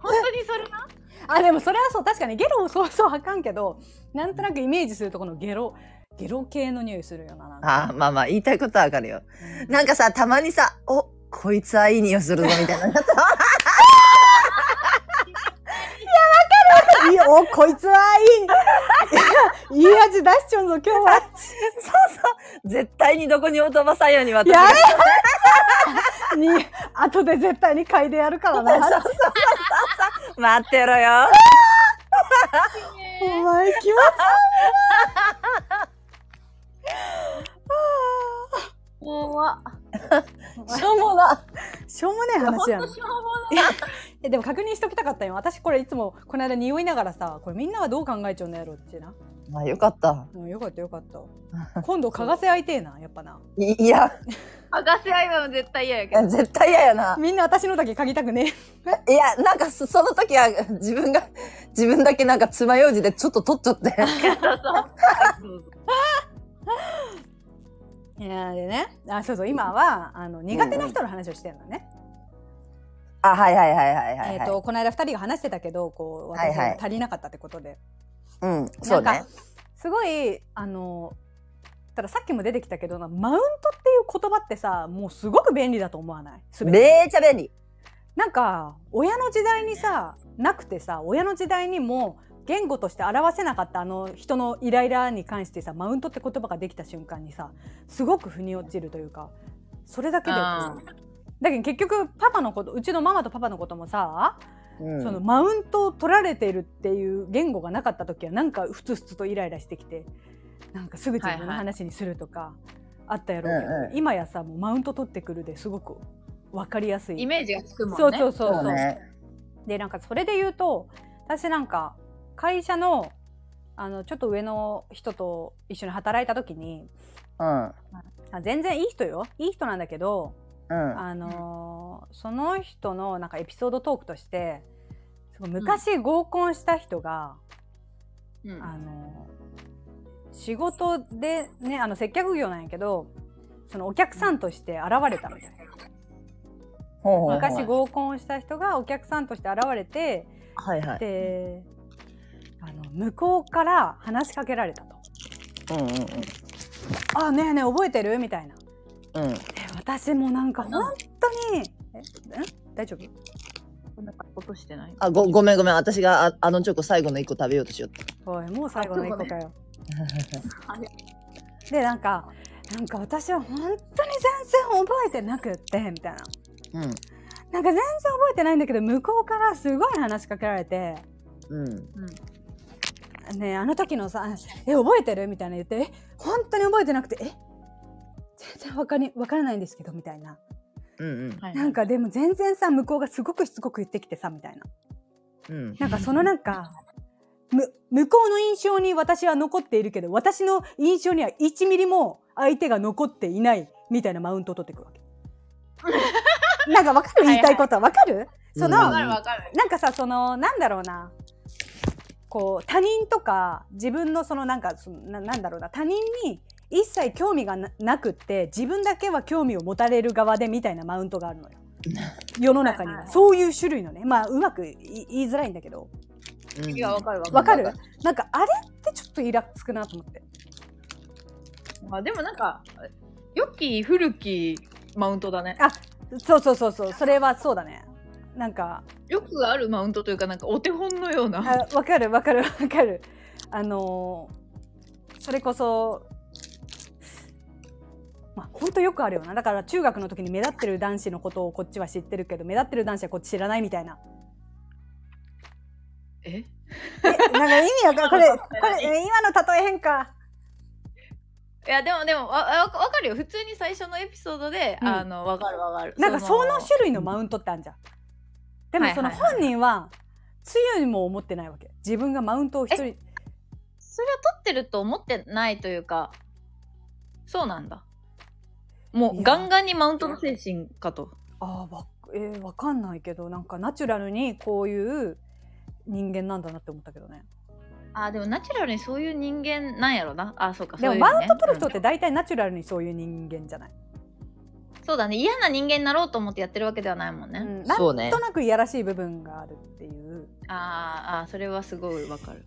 Speaker 2: 当にそれな
Speaker 1: あでもそれはそう確かにゲロをそうそうあかんけどなんとなくイメージするとこのゲロゲロ系の匂いするよななんか
Speaker 3: あまあまあ、言いたいことはわかるよ。なんかさ、たまにさ、お、こいつはいい匂いするぞ、みたいな。
Speaker 1: いいおこ いつはいいいやいい味出しちゃうぞ今日は
Speaker 3: そうそう。絶対にどこにも飛ばさんように私
Speaker 1: やめ ろに後で絶対に嗅いでやるからな
Speaker 3: 待ってろよ。
Speaker 1: お前気持ち悪いな
Speaker 2: わ。
Speaker 3: しょうもな。
Speaker 1: しょうもない話やん
Speaker 2: ほんとしょうもない
Speaker 1: えでも確認しときたかったよ私これいつもこの間匂いながらさこれみんなはどう考えちゃうんのやろってな、
Speaker 3: まあよかった。
Speaker 1: うん、よかったよか った今度嗅がせ相手なやっぱない
Speaker 3: いや、
Speaker 2: 剥がせ合いは絶対嫌や
Speaker 3: い
Speaker 2: けど。
Speaker 3: や絶対嫌やな。
Speaker 1: みんな私のだけ嗅ぎたくね
Speaker 3: いや、なんかそその時は自分が、自分だけなんか爪楊枝でちょっと取っちゃって。
Speaker 2: そうそう
Speaker 1: えいやでねあそうそう今はあの苦手な人の話をしてるのね、
Speaker 3: あ、はいはいはいはいはい、は
Speaker 1: え
Speaker 3: い。
Speaker 1: っ、とこの間二人が話してたけどこう私
Speaker 3: はいは
Speaker 1: が
Speaker 3: い
Speaker 1: 足りなかったってことで、
Speaker 3: うん、そう
Speaker 1: なん
Speaker 3: ね
Speaker 1: か。すごいあのたださっきも出てきたけどなマウントっていう言葉ってさもうすごく便利だと思わない全て
Speaker 3: めーちゃ便利。
Speaker 1: なんか親の時代にさなくてさ親の時代にも言語として表せなかったあの人のイライラに関してさマウントって言葉ができた瞬間にさすごく腑に落ちるというかそれだけでこう
Speaker 2: あ
Speaker 1: だけど結局パパのことうちのママとパパのこともさ、
Speaker 3: うん、
Speaker 1: そのマウントを取られているっていう言語がなかった時はなんかふつふつとイライラしてきてなんかすぐ自分の話にするとかあったやろうけど、
Speaker 3: うんうん
Speaker 1: 今やさもうマウント取ってくるですごく分かりやすい。
Speaker 2: イメージがつくもんね。
Speaker 1: そうそうそう
Speaker 3: そ
Speaker 1: そうう
Speaker 3: ね。
Speaker 1: でなんかそれで言うと私なんか会社のあのちょっと上の人と一緒に働いた時に
Speaker 3: うん。
Speaker 1: あ全然いい人よいい人なんだけど、
Speaker 3: うん。
Speaker 1: あのーその人のなんかエピソードトークとしてすごい昔合コンした人が、
Speaker 2: うん。
Speaker 1: あのー仕事でねあの接客業なんやけどそのお客さんとして現れたみたいな。
Speaker 3: ほうほうほう
Speaker 1: 昔合コンをした人がお客さんとして現れて、
Speaker 3: はいはい。
Speaker 1: であの向こうから話しかけられたと
Speaker 3: うんうん
Speaker 1: 「あねえねえ覚えてる?」みたいな
Speaker 3: うん。うん。
Speaker 1: え私もなんか本当に「えん大丈夫
Speaker 2: そんなことしてない。
Speaker 3: あ、ご、ごめんごめん。私がああのチョコ最後の一個食べようとしよった。
Speaker 1: おいもう最後の一個かよ
Speaker 2: あれ」
Speaker 1: でなんか「なんか私は本当に全然覚えてなくって」みたいな
Speaker 3: うん。
Speaker 1: 「なんか全然覚えてないんだけど向こうからすごい話しかけられて
Speaker 3: うん。
Speaker 2: うん。
Speaker 1: 「ねえあの時のさえ覚えてる?」みたいな言ってえ「本当に覚えてなくてえ全然わかりわからないんですけど」みたいな。
Speaker 3: うんうん。
Speaker 2: はい
Speaker 1: なんかでも全然さ向こうがすごくしつこく言ってきてさみたいな
Speaker 3: うん。
Speaker 1: なんかそのなんかむ向こうの印象に私は残っているけど私の印象には1ミリも相手が残っていないみたいなマウントを取ってくるわけ なんかわかる言いたいことはわかるその、
Speaker 3: うん
Speaker 2: わかるわかる。
Speaker 1: なんかさそのなんだろうなこう他人とか自分のそのなんかそのななんだろうな他人に一切興味がななくって自分だけは興味を持たれる側でみたいなマウントがある のよ世の中にはそういう種類のねまあうまくい言いづらいんだけど
Speaker 3: うん
Speaker 2: いや、わかるわ
Speaker 1: わ
Speaker 2: か
Speaker 1: か
Speaker 2: る。
Speaker 1: るなんかあれってちょっとイラつくなと思って
Speaker 2: あでもなんか、良き古きマウントだね。
Speaker 1: そうそうそうそうそれはそうだねなんか
Speaker 2: よくあるマウントというか、なんかお手本のような。
Speaker 1: あわかるわかるわかるあのーそれこそまあ本当よくあるよなだから中学の時に目立ってる男子のことをこっちは知ってるけど目立ってる男子はこっち知らないみたいな
Speaker 2: え
Speaker 1: えなんか意味わかるこ れこれ今の例え変か
Speaker 2: いや、でもでも、わわわかるよ。普通に最初のエピソードで、
Speaker 1: うん
Speaker 2: あの、わかるわかる。
Speaker 1: なんかその種類のマウントってあるじゃんでもその
Speaker 2: はいはいはい
Speaker 1: 本人は強いも思ってないわけ自分がマウントを一人
Speaker 2: それは取ってると思ってないというかそうなんだも
Speaker 1: いうや
Speaker 2: ガンガンにマウントの精神かと
Speaker 1: ああわ,、えーわかんないけどなんかナチュラルにこういう人間なんだなって思ったけどね
Speaker 2: あーでもナチュラルにそういう人間なんやろなあーそうか
Speaker 1: でも
Speaker 2: そういう
Speaker 1: マウント
Speaker 2: ね
Speaker 1: 取る人っ
Speaker 2: う
Speaker 1: て大体ナチュラルにそういう人間じゃない、
Speaker 2: んそうだね嫌な人間になろうと思ってやってるわけではないもんね、
Speaker 1: うんな
Speaker 3: そうんね
Speaker 1: と。なくいやらしい部分があるっていう
Speaker 2: あーあーそれはすごいわかる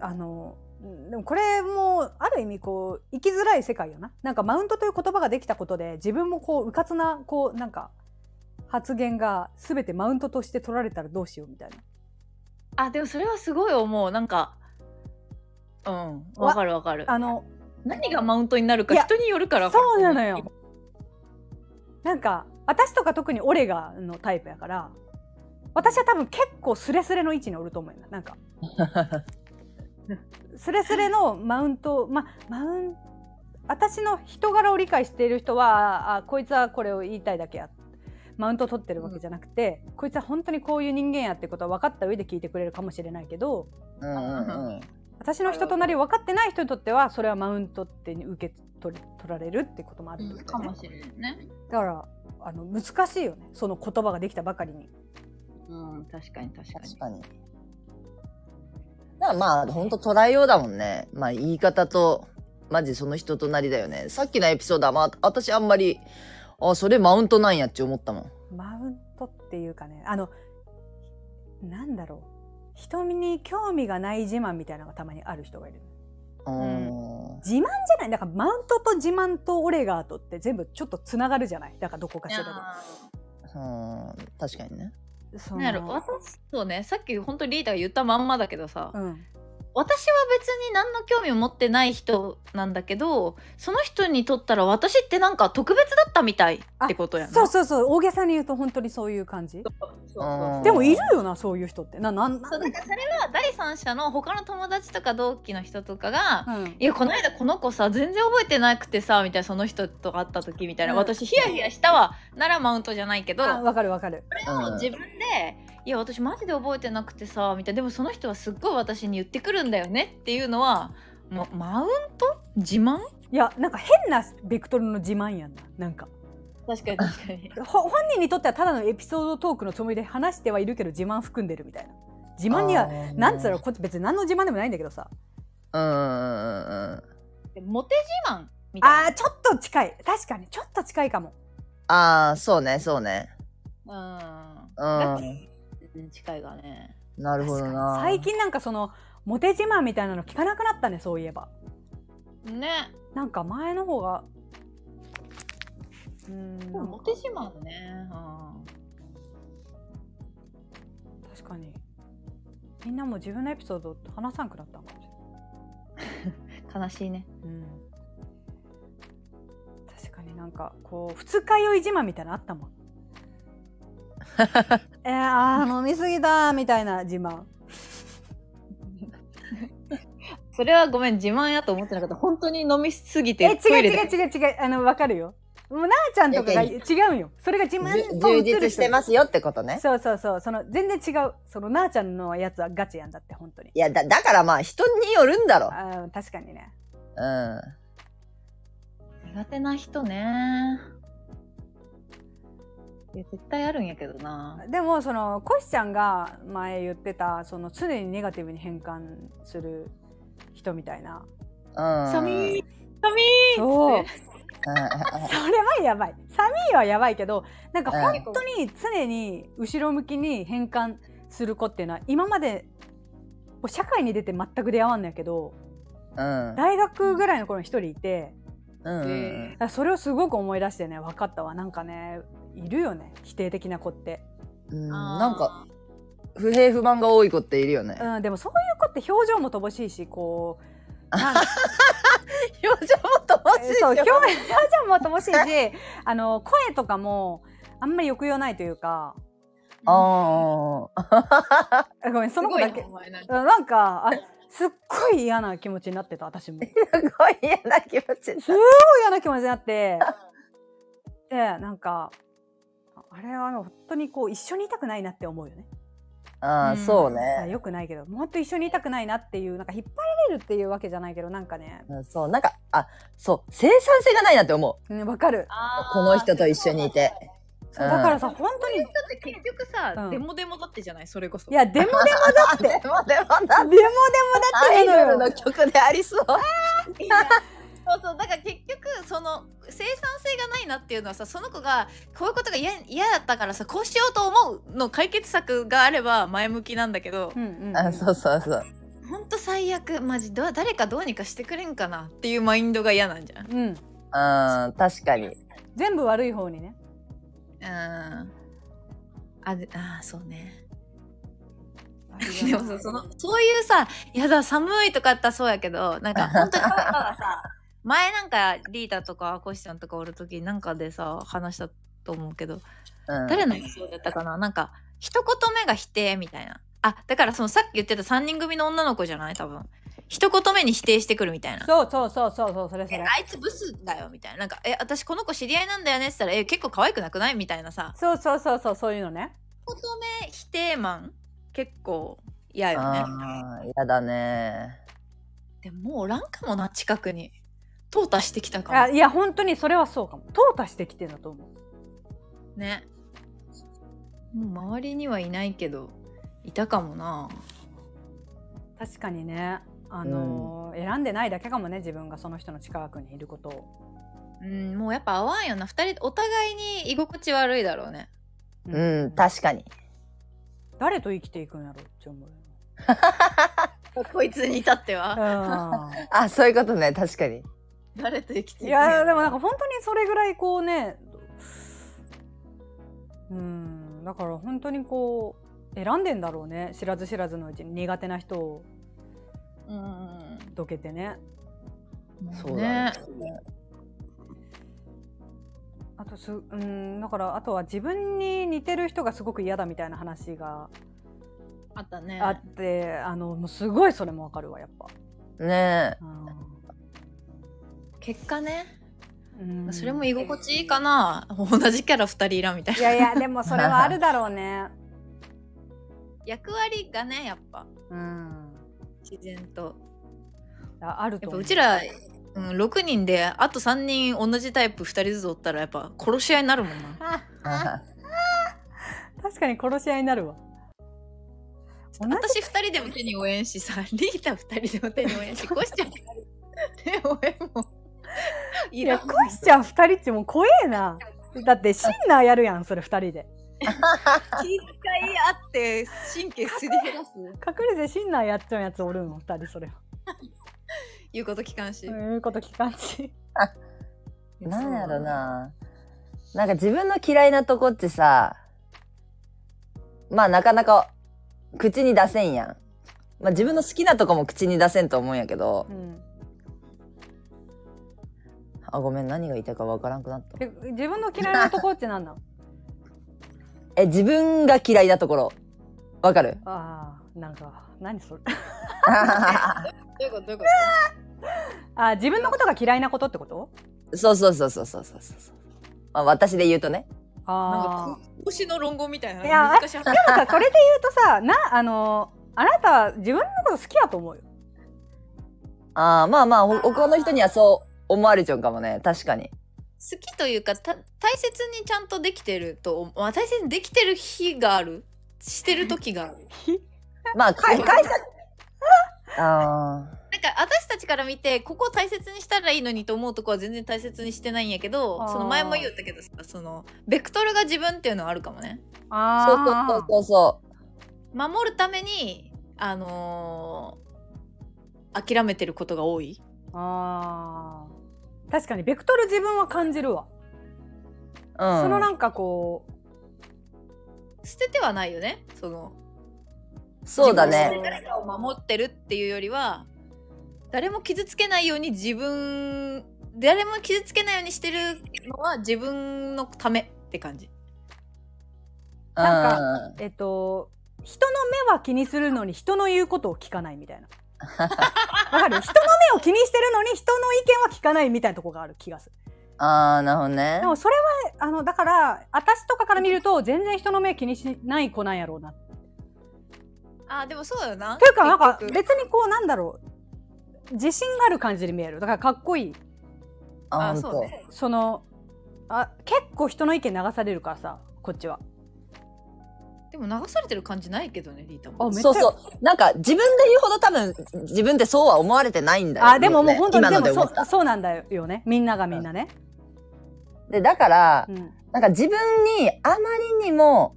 Speaker 1: あのうんでもこれもある意味こう生きづらい世界よななんかマウントという言葉ができたことで自分もこううかつなこうなんか発言が全てマウントとして取られたらどうしようみたいな
Speaker 2: あでもそれはすごい思うなんかうんわかるわかる
Speaker 1: あの
Speaker 2: 何がマウントになるか
Speaker 1: いや
Speaker 2: 人によるから
Speaker 1: そうなのよなんか私とか特にオレガのタイプやから私は多分結構スレスレの位置におると思うよななん かスレスレのマウントまマウン私の人柄を理解している人はあこいつはこれを言いたいだけやマウントを取ってるわけじゃなくて、こいつは本当にこういう人間やってことは分かった上で聞いてくれるかもしれないけど
Speaker 3: うんうんうん。
Speaker 1: 私の人となりを分かってない人にとってはそれはマウントって受け取り取られるってこともあるんです
Speaker 2: か
Speaker 1: よね、
Speaker 2: もしれないね。
Speaker 1: だからあの難しいよねその言葉ができたばかりに。
Speaker 2: うん、確かに確かに
Speaker 3: 確。かに。だからまあ、ほんと捉えようだもんね。まあ、言い方と、マジその人となりだよね。さっきのエピソードは、まあ、私あんまり、あ、それマウントなんやって思ったもん。
Speaker 1: マウントっていうかねあのなんだろう人に興味がない自慢みたいなのがたまにある人がいる
Speaker 3: う
Speaker 1: 自慢じゃないだからマウントと自慢とオレガーとって全部ちょっとつながるじゃないだからどこかしら
Speaker 2: あー
Speaker 3: ん。うん。確かにね。
Speaker 1: でそ
Speaker 2: な
Speaker 1: の
Speaker 2: んやろ私そうねさっき本当リーダーが言ったまんまだけどさ、
Speaker 1: うん
Speaker 2: 私は別に何の興味を持ってない人なんだけどその人にとったら私ってなんか特別だったみたいってことやな
Speaker 1: そうそうそう大げさに言うと本当にそういう感じ
Speaker 2: そう
Speaker 3: うん
Speaker 1: でもいるよなそういう人ってななんな
Speaker 2: そうんだからそれは第三者の他の友達とか同期の人とかが
Speaker 1: うん
Speaker 2: 「いやこの間この子さ全然覚えてなくてさ」みたいなその人と会った時みたいな「
Speaker 1: うん
Speaker 2: 私ヒヤヒヤしたわ」ならマウントじゃないけど
Speaker 1: あわかるわかる
Speaker 3: うん
Speaker 2: 自分で「いや私マジで覚えてなくてさ」みたいな「でもその人はすっごい私に言ってくるんだよね」っていうのはまマウント自慢
Speaker 1: いやなんか変なベクトルの自慢やんななんか
Speaker 2: 確かに確かに
Speaker 1: ほ本人にとってはただのエピソードトークのつもりで話してはいるけど自慢含んでるみたいな自慢にはなんつうのこっち別に何の自慢でもないんだけどさ
Speaker 3: うんうんうんうん。
Speaker 2: モテ自慢みたい
Speaker 1: あーちょっと近い確かにちょっと近いかも
Speaker 3: ああ、そうね、そうね。
Speaker 2: な
Speaker 3: う
Speaker 2: うん
Speaker 3: ん。
Speaker 2: うん近いがね
Speaker 3: なるほどな。
Speaker 1: 最近なんかそのモテ自慢みたいなの聞かなくなったねそういえば
Speaker 2: ね
Speaker 1: なんか前の方がうーん
Speaker 2: でもモテ自慢ねうん
Speaker 1: 確かにみんなも自分のエピソード話さんくなったのかもしれない
Speaker 2: 悲しいね
Speaker 1: うん確かになんかこう二日酔い自慢みたいなのあ ったもんえー、あー飲みすぎだーみたいな自慢
Speaker 2: それはごめん自慢やと思ってなかった本当に飲みすぎ
Speaker 1: え
Speaker 2: て
Speaker 1: 違う
Speaker 2: トイレで
Speaker 1: 違う違う違うあの分かるよもうなあちゃんとかが
Speaker 3: いや
Speaker 1: 違うんよそれが自慢と
Speaker 3: 充
Speaker 1: 映る
Speaker 3: 実してますすよってことね。
Speaker 1: そうそうそうその全然違うそのなあちゃんのやつはガチやんだって本当に
Speaker 3: いや、だ、だからまあ、人によるんだろ。
Speaker 1: あー確かにね
Speaker 3: うん。
Speaker 2: 苦手な人ねいや絶対あるんやけどな
Speaker 1: でもそのコシちゃんが前言ってたその常にネガティブに変換する人みたいな
Speaker 3: うん。
Speaker 2: 寒い寒い
Speaker 1: そう
Speaker 3: う
Speaker 1: そ
Speaker 3: ん
Speaker 1: れはやばい寒いはやばいけどなんか本当に常に後ろ向きに変換する子っていうのは今までこう社会に出て全く出会わんのやけど
Speaker 3: うん。
Speaker 1: 大学ぐらいの頃に一人いて
Speaker 3: うんうんうん。
Speaker 1: だからそれをすごく思い出してね分かったわなんかねいるよね否定的な子って、
Speaker 3: うん
Speaker 2: あー
Speaker 3: なんか不平不満が多い子っているよね。
Speaker 1: うん、でもそういう子って表情も乏しいしこうなん
Speaker 3: 表情も乏
Speaker 1: そう表表情も乏しいしあの声とかもあんまり抑揚ないというか
Speaker 3: ああ。
Speaker 1: あごめんその子だけ
Speaker 2: すごいなお前なんか
Speaker 1: うんなんかあすっごい嫌な気持ちになってた私もすごい
Speaker 3: すごい嫌な気持ち。
Speaker 1: 嫌な気持ちになってでなんかあれはあの本当にこう一緒にいたくないなって思うよね
Speaker 3: ああ、そう
Speaker 1: あ
Speaker 3: ね。
Speaker 1: よくないけどもっと一緒にいたくないなっていうなんか引っ張られるっていうわけじゃないけどなんかね
Speaker 3: うんそう、なんか、あ、そう、生産性がないなって思う。
Speaker 1: うんわかる
Speaker 2: あー
Speaker 3: この人と一緒にいて。
Speaker 1: そう
Speaker 3: うん
Speaker 1: だからさ本当にい
Speaker 2: だって結局さ、
Speaker 1: うん
Speaker 2: デモデモだってじゃないそれこそ
Speaker 1: やでもでもだってでも
Speaker 3: でもでもだ
Speaker 1: でもだってなのよ
Speaker 3: 曲でありそう。
Speaker 2: いやそうそうだから結局その生産性がないなっていうのはさその子がこういうことが嫌嫌だったからさこうしようと思うの解決策があれば前向きなんだけど
Speaker 1: うんうんうん
Speaker 3: あ、そうそうそう。
Speaker 2: ほんと最悪マジど誰かどうにかしてくれんかなっていうマインドが嫌なんじゃん
Speaker 1: うん
Speaker 3: うん、確かに。
Speaker 1: 全部悪い方にね
Speaker 2: うんあであーそう ねで
Speaker 1: で
Speaker 2: もさそのそういうさ「やだ寒い」とかやったらそうやけどなん か本当にパパがさ前なんかリーダーとかコシちゃんとかおる時なんかでさ話したと思うけど
Speaker 3: うん
Speaker 2: 誰のエピソードだったかななんか一言目が否定みたいなあだからそのさっき言ってた3人組の女の子じゃない多分一言目に否定してくるみたいな。
Speaker 1: そうそうそうそうそうそれそ
Speaker 2: え
Speaker 1: れ
Speaker 2: あいつブスだよみたいななんか「え私この子知り合いなんだよね」って言ったら「え結構可愛くなくない?」みたいなさ
Speaker 1: そうそうそうそうそういうのね
Speaker 2: 一言目否定マン結構嫌よね
Speaker 3: ああ、やだね。
Speaker 2: でももうおらんかもな近くに淘汰してきたか
Speaker 1: あ
Speaker 2: も
Speaker 1: いや本当にそれはそうかも淘汰してきてるんだと思う
Speaker 2: ねもう周りにはいないけどいたかもな
Speaker 1: 確かにねあのー選んでないだけかもね自分がその人の近くにいることを、
Speaker 2: うんもうやっぱ合わんよな2人お互いに居心地悪いだろうね
Speaker 3: うん、確かに。
Speaker 1: 誰と生きていくんやろうって思う
Speaker 2: こいつに至っては
Speaker 1: う
Speaker 3: あ、そういうことね、確かに。
Speaker 2: 誰と生き て
Speaker 1: ん
Speaker 2: い
Speaker 1: い
Speaker 2: くんや
Speaker 1: やでもなんか本当にそれぐらいこうねうんだから本当にこう選んでんだろうね知らず知らずのうちに苦手な人を
Speaker 2: うん
Speaker 1: どけてね
Speaker 3: そうだね。
Speaker 1: あとすうんだからあとは自分に似てる人がすごく嫌だみたいな話が
Speaker 2: あったね
Speaker 1: あって、あのもうすごいそれもわかるわやっぱ。
Speaker 3: ね
Speaker 2: 結果ね
Speaker 1: うん
Speaker 2: それも居心地いいかな 同じキャラ2人いらんみたい
Speaker 1: い
Speaker 2: な
Speaker 1: やいやでもそれはあるだろうね。
Speaker 2: 役割がねやっぱ
Speaker 1: うん、
Speaker 2: 自然と
Speaker 1: あある
Speaker 2: や
Speaker 1: と
Speaker 2: っぱ
Speaker 1: 思う。
Speaker 2: うちら、うん、6人であと3人同じタイプ2人ずつおったらやっぱ殺し合いになるもんな
Speaker 3: え。
Speaker 1: 確かに殺し合いになるわ。同じ
Speaker 2: 私2人でも手に負えんしさ リータ2人でも手に負えんしコシちゃん2人でも手に負えんもん い
Speaker 1: い
Speaker 2: ら
Speaker 1: や
Speaker 2: ん
Speaker 1: コシちゃん二人っちもう怖えな。だってシンナーやるやんそれ二人で。
Speaker 2: 気遣いあって神経すり減らす
Speaker 1: 隠れてシンナーやっちゃうやつおるの二人それは。
Speaker 2: 言うこと聞かんし、
Speaker 1: うんいうこと聞かん し。
Speaker 3: なんやろな。なんか自分の嫌いなとこってさ、まあなかなか口に出せんやん。まあ自分の好きなとこも口に出せんと思うんやけど
Speaker 1: う、ん、
Speaker 3: あ、ごめん、何が言いたいかわからんくなった。
Speaker 1: で自分の嫌いなとこって何なの
Speaker 3: え、自分が嫌いなところ。わかる
Speaker 1: ああなんか何それ。
Speaker 2: どういうことどういうこ
Speaker 1: あー自分のことが嫌いなことってこと
Speaker 3: そうそうそうそうそうそうそう。まあ私で言うとね。
Speaker 2: と
Speaker 1: ああ
Speaker 2: なんか。腰の論語みたいない
Speaker 1: や
Speaker 2: 難しい話
Speaker 1: でもさそれで言うとさなあのあなたは自分のこと好きやと思うよ
Speaker 3: ああ、まあまあ、ほ他の人にはそう思われちゃうかもね。確かに。
Speaker 2: 好きというかた大切にちゃんとできてると思う、まあ、大切にできてる日があるしてる 時がある
Speaker 3: まあ、会社。あ
Speaker 2: なんか私たちから見てここ大切にしたらいいのにと思うとこは全然大切にしてないんやけど
Speaker 1: あー
Speaker 2: その前も言ったけどさそのベクトルが自分っていうのはあるかもね
Speaker 3: あ。そうそうそうそ
Speaker 2: 守るためにあのー諦めてることが多い
Speaker 1: あー確かにベクトル自分は感じるわ、
Speaker 3: う。うん。
Speaker 1: そのなんかこ
Speaker 2: 捨ててはないよねその
Speaker 3: そうだ
Speaker 2: 自分
Speaker 3: ね。
Speaker 2: の誰かを守ってるっていうよりは誰も傷つけないように自分誰も傷つけないようにしてるのは自分のためって感じ
Speaker 3: うん
Speaker 1: なうえっと人の目は気にするのに人の言うことを聞かないみたい なわかる人の目を気にしてるのに人の意見は聞かないみたいなとこがある気がする
Speaker 3: ああ、なるほどね
Speaker 1: で。もそれはあのだから私とかから見ると全然人の目気にしない子なんやろうなっ
Speaker 2: あーでもそうだよな
Speaker 1: ていうかなんか
Speaker 2: 結
Speaker 1: 別
Speaker 2: 局
Speaker 1: にこうなんだろう自信がある感じに見えるだからかっこいい
Speaker 3: あ
Speaker 2: あー
Speaker 3: ー、ほん
Speaker 2: そう
Speaker 3: と。
Speaker 2: ね
Speaker 1: そのあ結構人の意見流されるからさこっちは
Speaker 2: でも流されてる感じないけどねリータ
Speaker 1: あ
Speaker 2: も
Speaker 1: めっち
Speaker 3: そ
Speaker 1: ゃ
Speaker 3: うそう。なんか、自分で言うほど多分、自分ってそうは思われてないんだよ、ね。
Speaker 1: あでももう本当に
Speaker 3: 今
Speaker 1: で
Speaker 3: ので
Speaker 1: もそ
Speaker 3: 思っ
Speaker 1: う
Speaker 3: た。
Speaker 1: そうなんだよねみんながみんなね、
Speaker 3: で、だから
Speaker 1: う、ん、
Speaker 3: なんか自分にあまりにも、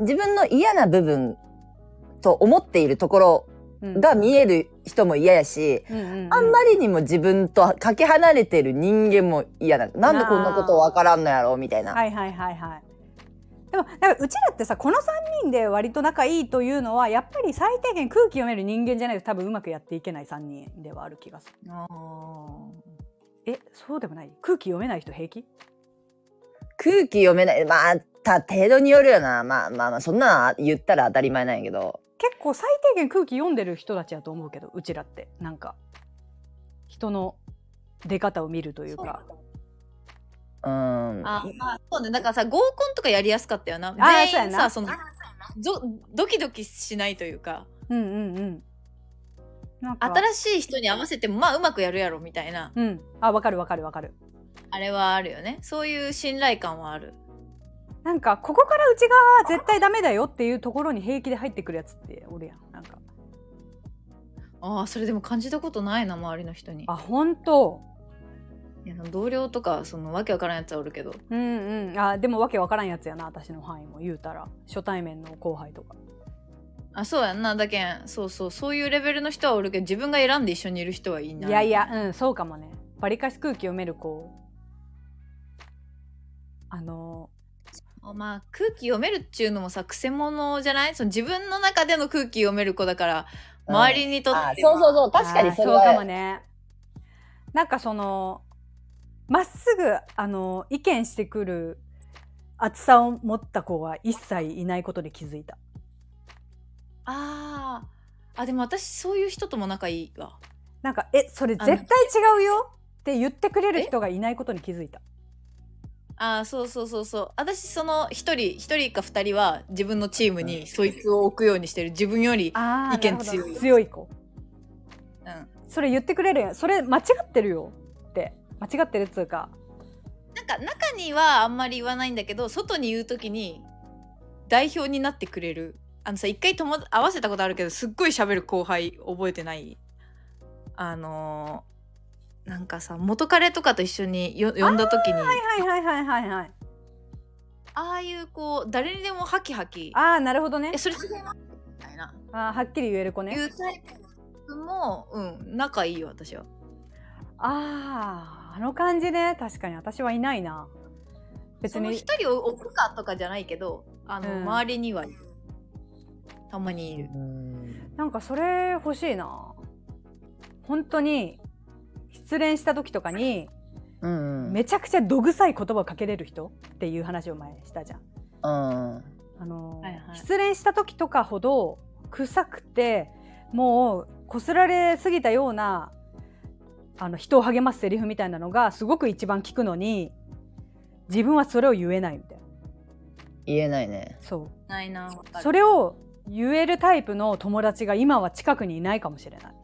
Speaker 3: 自分の嫌な部分と思っているところ
Speaker 1: うん
Speaker 3: が見える人も嫌やし、
Speaker 1: うんうんうん、
Speaker 3: あんまりにも自分とかけ離れてる人間も嫌な。なんでこんなことわからんのやろうみたいな。
Speaker 1: はいはいはいはいでもなんかうちらってさこの3人で割と仲いいというのはやっぱり最低限空気読める人間じゃないと多分うまくやっていけない3人ではある気がする
Speaker 2: あ
Speaker 1: えそうでもない空気読めない人平気
Speaker 3: 空気読めない。まあ、た程度によるよな。まあまあまあ、そんなの言ったら当たり前なんやけど。
Speaker 1: 結構最低限空気読んでる人たちやと思うけどうちらってなんか人の出方を見るというか
Speaker 3: うん。
Speaker 2: あ、まあ、そうね。だからさ、合コンとかやりやすかったよな。
Speaker 1: あー
Speaker 2: 全員さ、
Speaker 1: そ
Speaker 2: そうの、ぞドキドキしないというか、
Speaker 1: うんうんうんなんか
Speaker 2: 新しい人に合わせても、まあ、うまくやるやろ、みたいな。
Speaker 1: うんあわかるわかるわかる
Speaker 2: あれはあるよね。そういう信頼感はある。
Speaker 1: なんかここからうち側は絶対ダメだよっていうところに平気で入ってくるやつっておるやんなんか
Speaker 2: ああ、それでも感じたことないな、周りの人に。
Speaker 1: あ本当
Speaker 2: いや同僚とか、その、わけわからんやつはおるけど。
Speaker 1: うんうんあでもわけわからんやつやな私の範囲も言うたら初対面の後輩とか
Speaker 2: あ、そうやんな。だけん、そうそう、そういうレベルの人はおるけど、自分が選んで一緒にいる人はいない。
Speaker 1: いやいやうんそうかもねバリカシ空気読める子あの
Speaker 2: まあ空気読めるっちゅうのもさくせ者じゃないその自分の中での空気読める子だから
Speaker 3: うん
Speaker 2: 周りにとっては
Speaker 3: あ、そうそうそう。確か
Speaker 1: あ
Speaker 3: に
Speaker 1: ー
Speaker 3: それ
Speaker 1: そうかも
Speaker 3: は。
Speaker 1: ねなんかそのまっすぐあの意見してくる厚さを持った子は一切いないことに気づいた
Speaker 2: あーあでも私そういう人とも仲いいわ
Speaker 1: なんか「えそれ絶対違うよ」って言ってくれる人がいないことに気づいた
Speaker 2: ああそうそうそうそう私その一人一人か二人は自分のチームにそいつを置くようにしてる自分よりー
Speaker 1: 意
Speaker 2: なるほど
Speaker 1: 強い子
Speaker 2: うん
Speaker 1: それ言ってくれるやんそれ間違ってるよって間違ってるっつうか
Speaker 2: なんか中にはあんまり言わないんだけど外に言う時に代表になってくれるあのさ一回友達合わせたことあるけどすっごい喋る後輩覚えてないあのーなんかさ元彼とかと一緒によ呼んだ時にあ,、
Speaker 1: はいはいはいはいはいはい
Speaker 2: あいうこう誰にでもハキハキ
Speaker 1: ああなるほどね
Speaker 2: えそれ違いますみたいな
Speaker 1: あーはっきり言える子
Speaker 2: 言
Speaker 1: ね
Speaker 2: うタイプもうん仲いいよ私は
Speaker 1: あああの感じね確かに私はいないな別
Speaker 2: その
Speaker 1: に
Speaker 2: 一人を置くかとかじゃないけどあの、
Speaker 1: うん
Speaker 2: 周りにはいるたまにいる
Speaker 3: うん
Speaker 1: なんかそれ欲しいな本当に失恋した時とかに
Speaker 3: うん。
Speaker 1: めちゃくちゃどぐさい言葉をかけれる人っていう話を前にしたじゃん
Speaker 3: うん。
Speaker 1: あのー
Speaker 2: はいはい
Speaker 1: 失恋した時とかほど臭くてもうこすられすぎたようなあの人を励ますセリフみたいなのがすごく一番聞くのに自分はそれを言えないみたいな
Speaker 3: 言えないね。
Speaker 1: そ
Speaker 2: ないなわか
Speaker 1: う
Speaker 2: る
Speaker 1: それを言えるタイプの友達が今は近くにいないかもしれない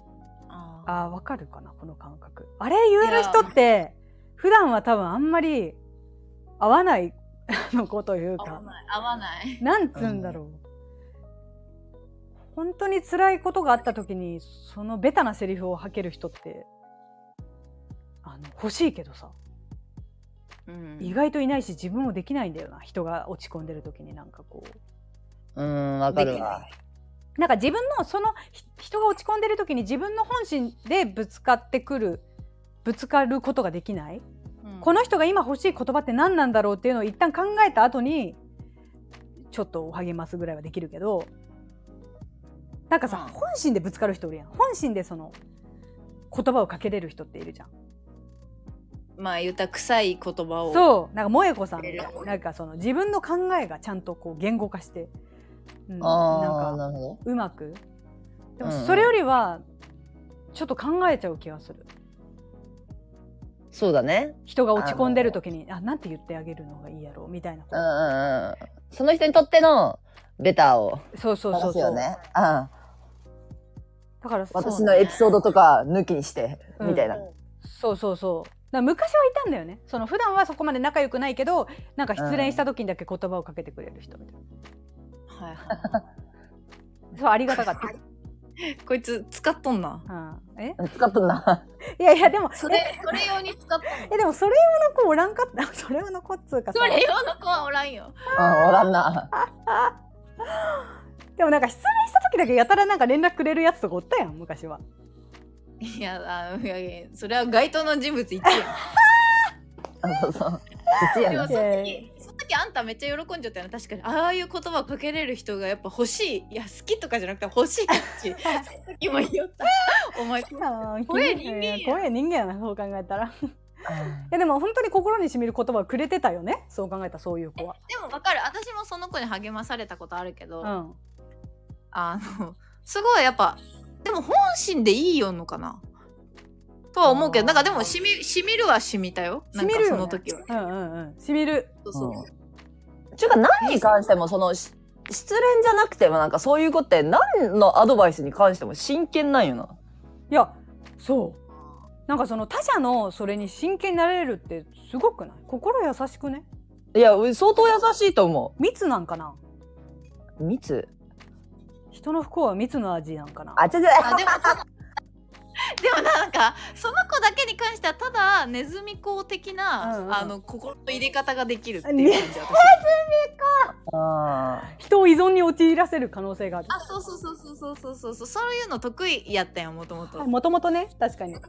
Speaker 2: あー
Speaker 1: あーわかるかなこの感覚あれ言える人って普段は多分あんまり合わない あの子という
Speaker 2: 合
Speaker 1: か
Speaker 2: わない合わない
Speaker 1: なんつうんだろう、本当に辛いことがあった時にそのベタなセリフを吐ける人ってあの欲しいけどさ、意外といないし自分もできないんだよな人が落ち込んでる時になんかこう
Speaker 3: うん、わかるわ。
Speaker 1: なんか自分のそのひ人が落ち込んでる時に自分の本心でぶつかってくるぶつかることができない
Speaker 2: うん
Speaker 1: この人が今欲しい言葉って何なんだろうっていうのを一旦考えた後にちょっとお励ますぐらいはできるけどなんかさ、
Speaker 2: うん
Speaker 1: 本心でぶつかる人おるやん本心でその言葉をかけれる人っているじゃん
Speaker 2: まあ言ったら臭い言葉を
Speaker 1: そうなんか萌子さん
Speaker 2: いる
Speaker 1: なんかその自分の考えがちゃんとこう言語化して、うん、
Speaker 3: あ
Speaker 1: な
Speaker 3: あ、
Speaker 1: んか
Speaker 3: なるほ
Speaker 1: うまくでも
Speaker 3: うんうん
Speaker 1: それよりはちょっと考えちゃう気がする
Speaker 3: ど。そうだね。
Speaker 1: 人が落ち込んでる時にあなんて言ってあげるのがいいやろうみたいなこ
Speaker 3: うんうんうん。その人にとってのベターを
Speaker 1: とそうそうそ
Speaker 3: 出
Speaker 1: う
Speaker 3: す
Speaker 1: そ
Speaker 3: よ
Speaker 1: う
Speaker 3: ね。うん。
Speaker 1: だからそう
Speaker 3: 私のエピソードとか抜きにして、
Speaker 1: うん
Speaker 3: みたいな。
Speaker 1: そうそうそう。だから昔はいたんだよね。その普段はそこまで仲良くないけど、なんか失恋した時にだけ言葉をかけてくれる人みたい
Speaker 2: はい は
Speaker 1: な。そうありがたかった。
Speaker 2: いこいつ使っとんな
Speaker 1: うん、え
Speaker 3: 使っとんな。
Speaker 1: いやいやでも
Speaker 2: それそれ用に使っとん
Speaker 1: えでもそれ用の子おらんか った。それ用の子っつうかさ
Speaker 2: そ。れ用の子はおらんよ
Speaker 3: うん、おらんな。
Speaker 1: でもなんか失恋した時だけやたらなんか連絡くれるやつとかおったやん昔は。
Speaker 2: いやあいやいやそれは該当の人物一致や
Speaker 3: あそうそう。うち
Speaker 2: んで
Speaker 3: や
Speaker 2: も
Speaker 3: ね。
Speaker 2: その時その時あんためっちゃ喜んじゃったよね確かにああいう言葉をかけれる人がやっぱ欲しいいや好きとかじゃなくて欲しいってその時も言おったお前
Speaker 1: あー
Speaker 2: 怖え人間や
Speaker 1: 怖え人間やなそう考えたら。い
Speaker 3: うん
Speaker 1: やでも本当に心にしみる言葉をくれてたよね。そう考えたらそういう子は。
Speaker 2: でもわかる私もその子に励まされたことあるけど、
Speaker 1: うん。
Speaker 2: あの すごいやっぱでも本心でいいよのかなとは思うけどなんかでもしみしみるはしみたよなんか
Speaker 1: 染みる
Speaker 2: そ
Speaker 1: よね
Speaker 2: の時は、
Speaker 1: うんうんうん。しみる。
Speaker 2: そうそう
Speaker 3: うん。ちゅうか、何に関しても、その、し失恋じゃなくても、なんかそういうことって、何のアドバイスに関しても真剣なんよな。
Speaker 1: いや、そう。なんかその他者のそれに真剣になれるってすごくない心優しくね
Speaker 3: いや、う相当優しいと思
Speaker 1: 蜜なんかな
Speaker 3: う。密
Speaker 1: 人の不幸は蜜の味なんかな
Speaker 3: あ、ちゃちゃ、
Speaker 2: あでも でもなんかその子だけに関してはただネズミ講的な、
Speaker 1: うんうん
Speaker 2: あの心の入れ方ができるっていう感じ私
Speaker 3: あ
Speaker 1: 人を依存に陥らせる可能性がある
Speaker 2: あそうそうそうそうそうそうそうそうそういうの得意やったよもともと
Speaker 1: もともとね確かに
Speaker 2: 1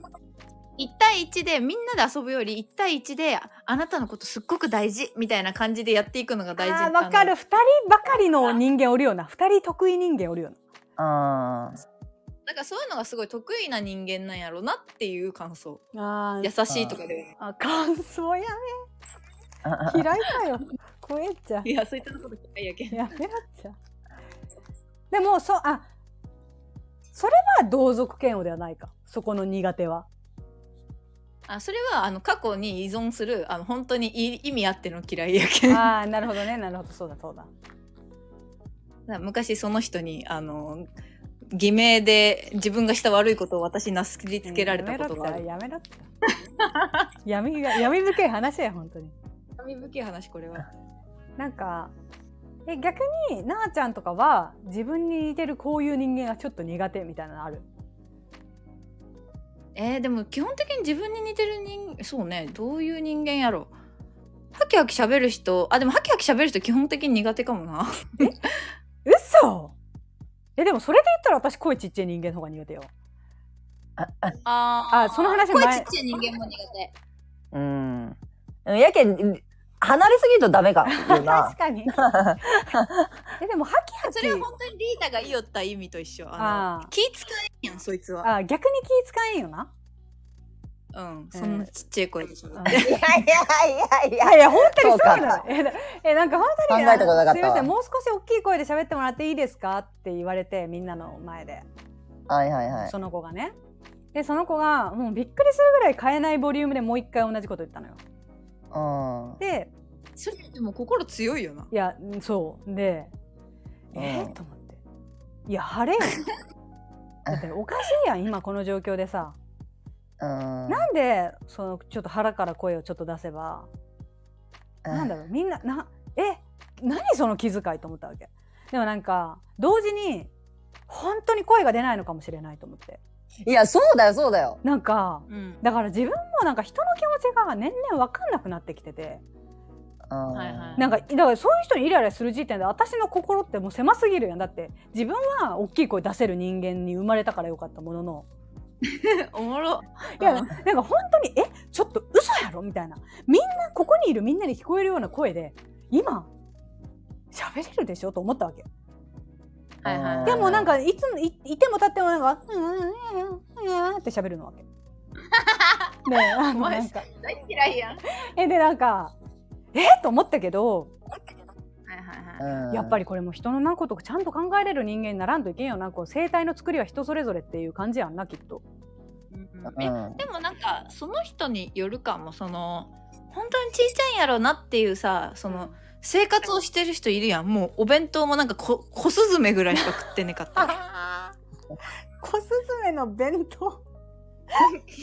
Speaker 2: 対1でみんなで遊ぶより1対1でああなたのことすっごく大事みたいな感じでやっていくのが大事
Speaker 1: あーわかる
Speaker 2: あの
Speaker 1: 二人ばかりの人間おるような二人得意人間おるような
Speaker 3: あ。ああ。
Speaker 2: だからそういうのがすごい得意な人間なんやろなっていう感想
Speaker 1: あ
Speaker 2: 優しいとかでは
Speaker 1: あ感想や
Speaker 3: あ
Speaker 1: め嫌いか よ怖えっちゃ
Speaker 2: いやそういったこと嫌いや けん
Speaker 1: やめらっちゃでもそあそれは同族嫌悪ではないかそこの苦手は
Speaker 2: あそれはあの過去に依存するあの本当にい意味あっての嫌いやけん
Speaker 1: ああなるほどねなるほどそうだそうだ
Speaker 2: 昔その人にあの偽名で自分がした悪いことを私になすりつけられたことがある。
Speaker 1: やめろっちゃやめろっちゃ闇が闇深い話や本当に
Speaker 2: 髪深い話これは。
Speaker 1: なんかえ逆になあちゃんとかは自分に似てるこういう人間がちょっと苦手みたいなのある
Speaker 2: えー、でも基本的に自分に似てる人そうねどういう人間やろハキハキ喋る人あでもハキハキ喋る人基本的に苦手かも な。
Speaker 1: 嘘えでもそれで言ったら私声ちっちゃい人間の方が苦手よ
Speaker 2: あ
Speaker 1: ーあその話前
Speaker 2: 声ちっちゃい人間も苦手。
Speaker 3: うん。やけん、離れすぎるとダメか。よな
Speaker 1: 確かに えでもハキハキ
Speaker 2: それは本当にリーダーが言いよった意味と一緒。あ
Speaker 1: あ
Speaker 2: の気使えんやんそいつは。
Speaker 1: あ逆に気使えんよな
Speaker 2: うんそんなちっちゃい声でしょ。
Speaker 1: うん
Speaker 3: いやいやいやい
Speaker 1: いやいや本当にそうな
Speaker 3: そうか
Speaker 1: のえなえなんか本当に
Speaker 3: 考えたことなかったわ
Speaker 1: すみませんもう少し大きい声で喋ってもらっていいですかって言われてみんなの前で
Speaker 3: はいはいはい。
Speaker 1: その子がねでその子がもうびっくりするぐらい変えないボリュームでもう一回同じこと言ったのよ
Speaker 3: うん。
Speaker 1: で
Speaker 2: それでも心強いよな。
Speaker 1: いやんそうで
Speaker 3: うん
Speaker 1: えー、と思っていや晴れ よだっておかしいやん今この状況でさ
Speaker 3: うん。
Speaker 1: なんでそのちょっと腹から声をちょっと出せばなんだろうみんななえ何その気遣いと思ったわけでもなんか同時に本当に声が出ないのかもしれないと思って
Speaker 3: いや、そうだよ、そうだよ。
Speaker 1: なんか
Speaker 2: うん。
Speaker 1: だから自分もなんか人の気持ちが年々分かんなくなってきてて
Speaker 3: うん
Speaker 2: はいはい
Speaker 1: なんかだからそういう人にイライラする時点で私の心ってもう狭すぎるやんだって自分は大きい声出せる人間に生まれたからよかったものの
Speaker 2: おもろ。
Speaker 1: いや
Speaker 2: うん
Speaker 1: なんか本当にえちょっと嘘やろみたいなみんなここにいるみんなに聞こえるような声で今喋れるでしょと思ったわけ。
Speaker 2: はいはい
Speaker 1: でもなんかいつもいいても立ってもなんか「うんうんうんうん」って喋るのわけ。 であのなんか
Speaker 2: 大嫌いやん。はい
Speaker 1: えでなんかえと思ったけど
Speaker 2: はいはい。
Speaker 3: うん
Speaker 1: やっぱりこれも人のなことちゃんと考えれる人間にならんといけんよなこう生態の作りは人それぞれっていう感じやんなきっと。
Speaker 2: え
Speaker 3: うん
Speaker 2: でもなんかその人によるかもその本当にちいちゃいんやろうなっていうさその生活をしてる人いるやんもうお弁当もなんかこ小スズメぐらいしか食ってねかったり
Speaker 1: 小スズメの弁当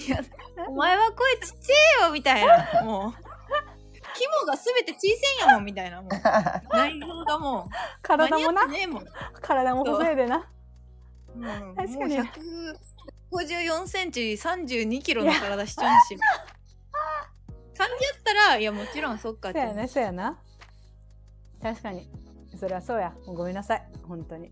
Speaker 2: いや お前は声ちっちゃいよみたいなもう規模が全て小さいんやもんみたいなもう内容がもう
Speaker 1: 体も
Speaker 2: 間に合って
Speaker 1: な
Speaker 2: ねえもん、うん
Speaker 1: 体も細いでな
Speaker 2: も
Speaker 1: 確
Speaker 2: う
Speaker 1: かに
Speaker 2: 154センチ32キロの体しちゃうし感じやったらいやもちろんそっかっ
Speaker 1: そ
Speaker 2: て
Speaker 1: うやねそうやな確かにそれはそうやもうごめんなさい本当 に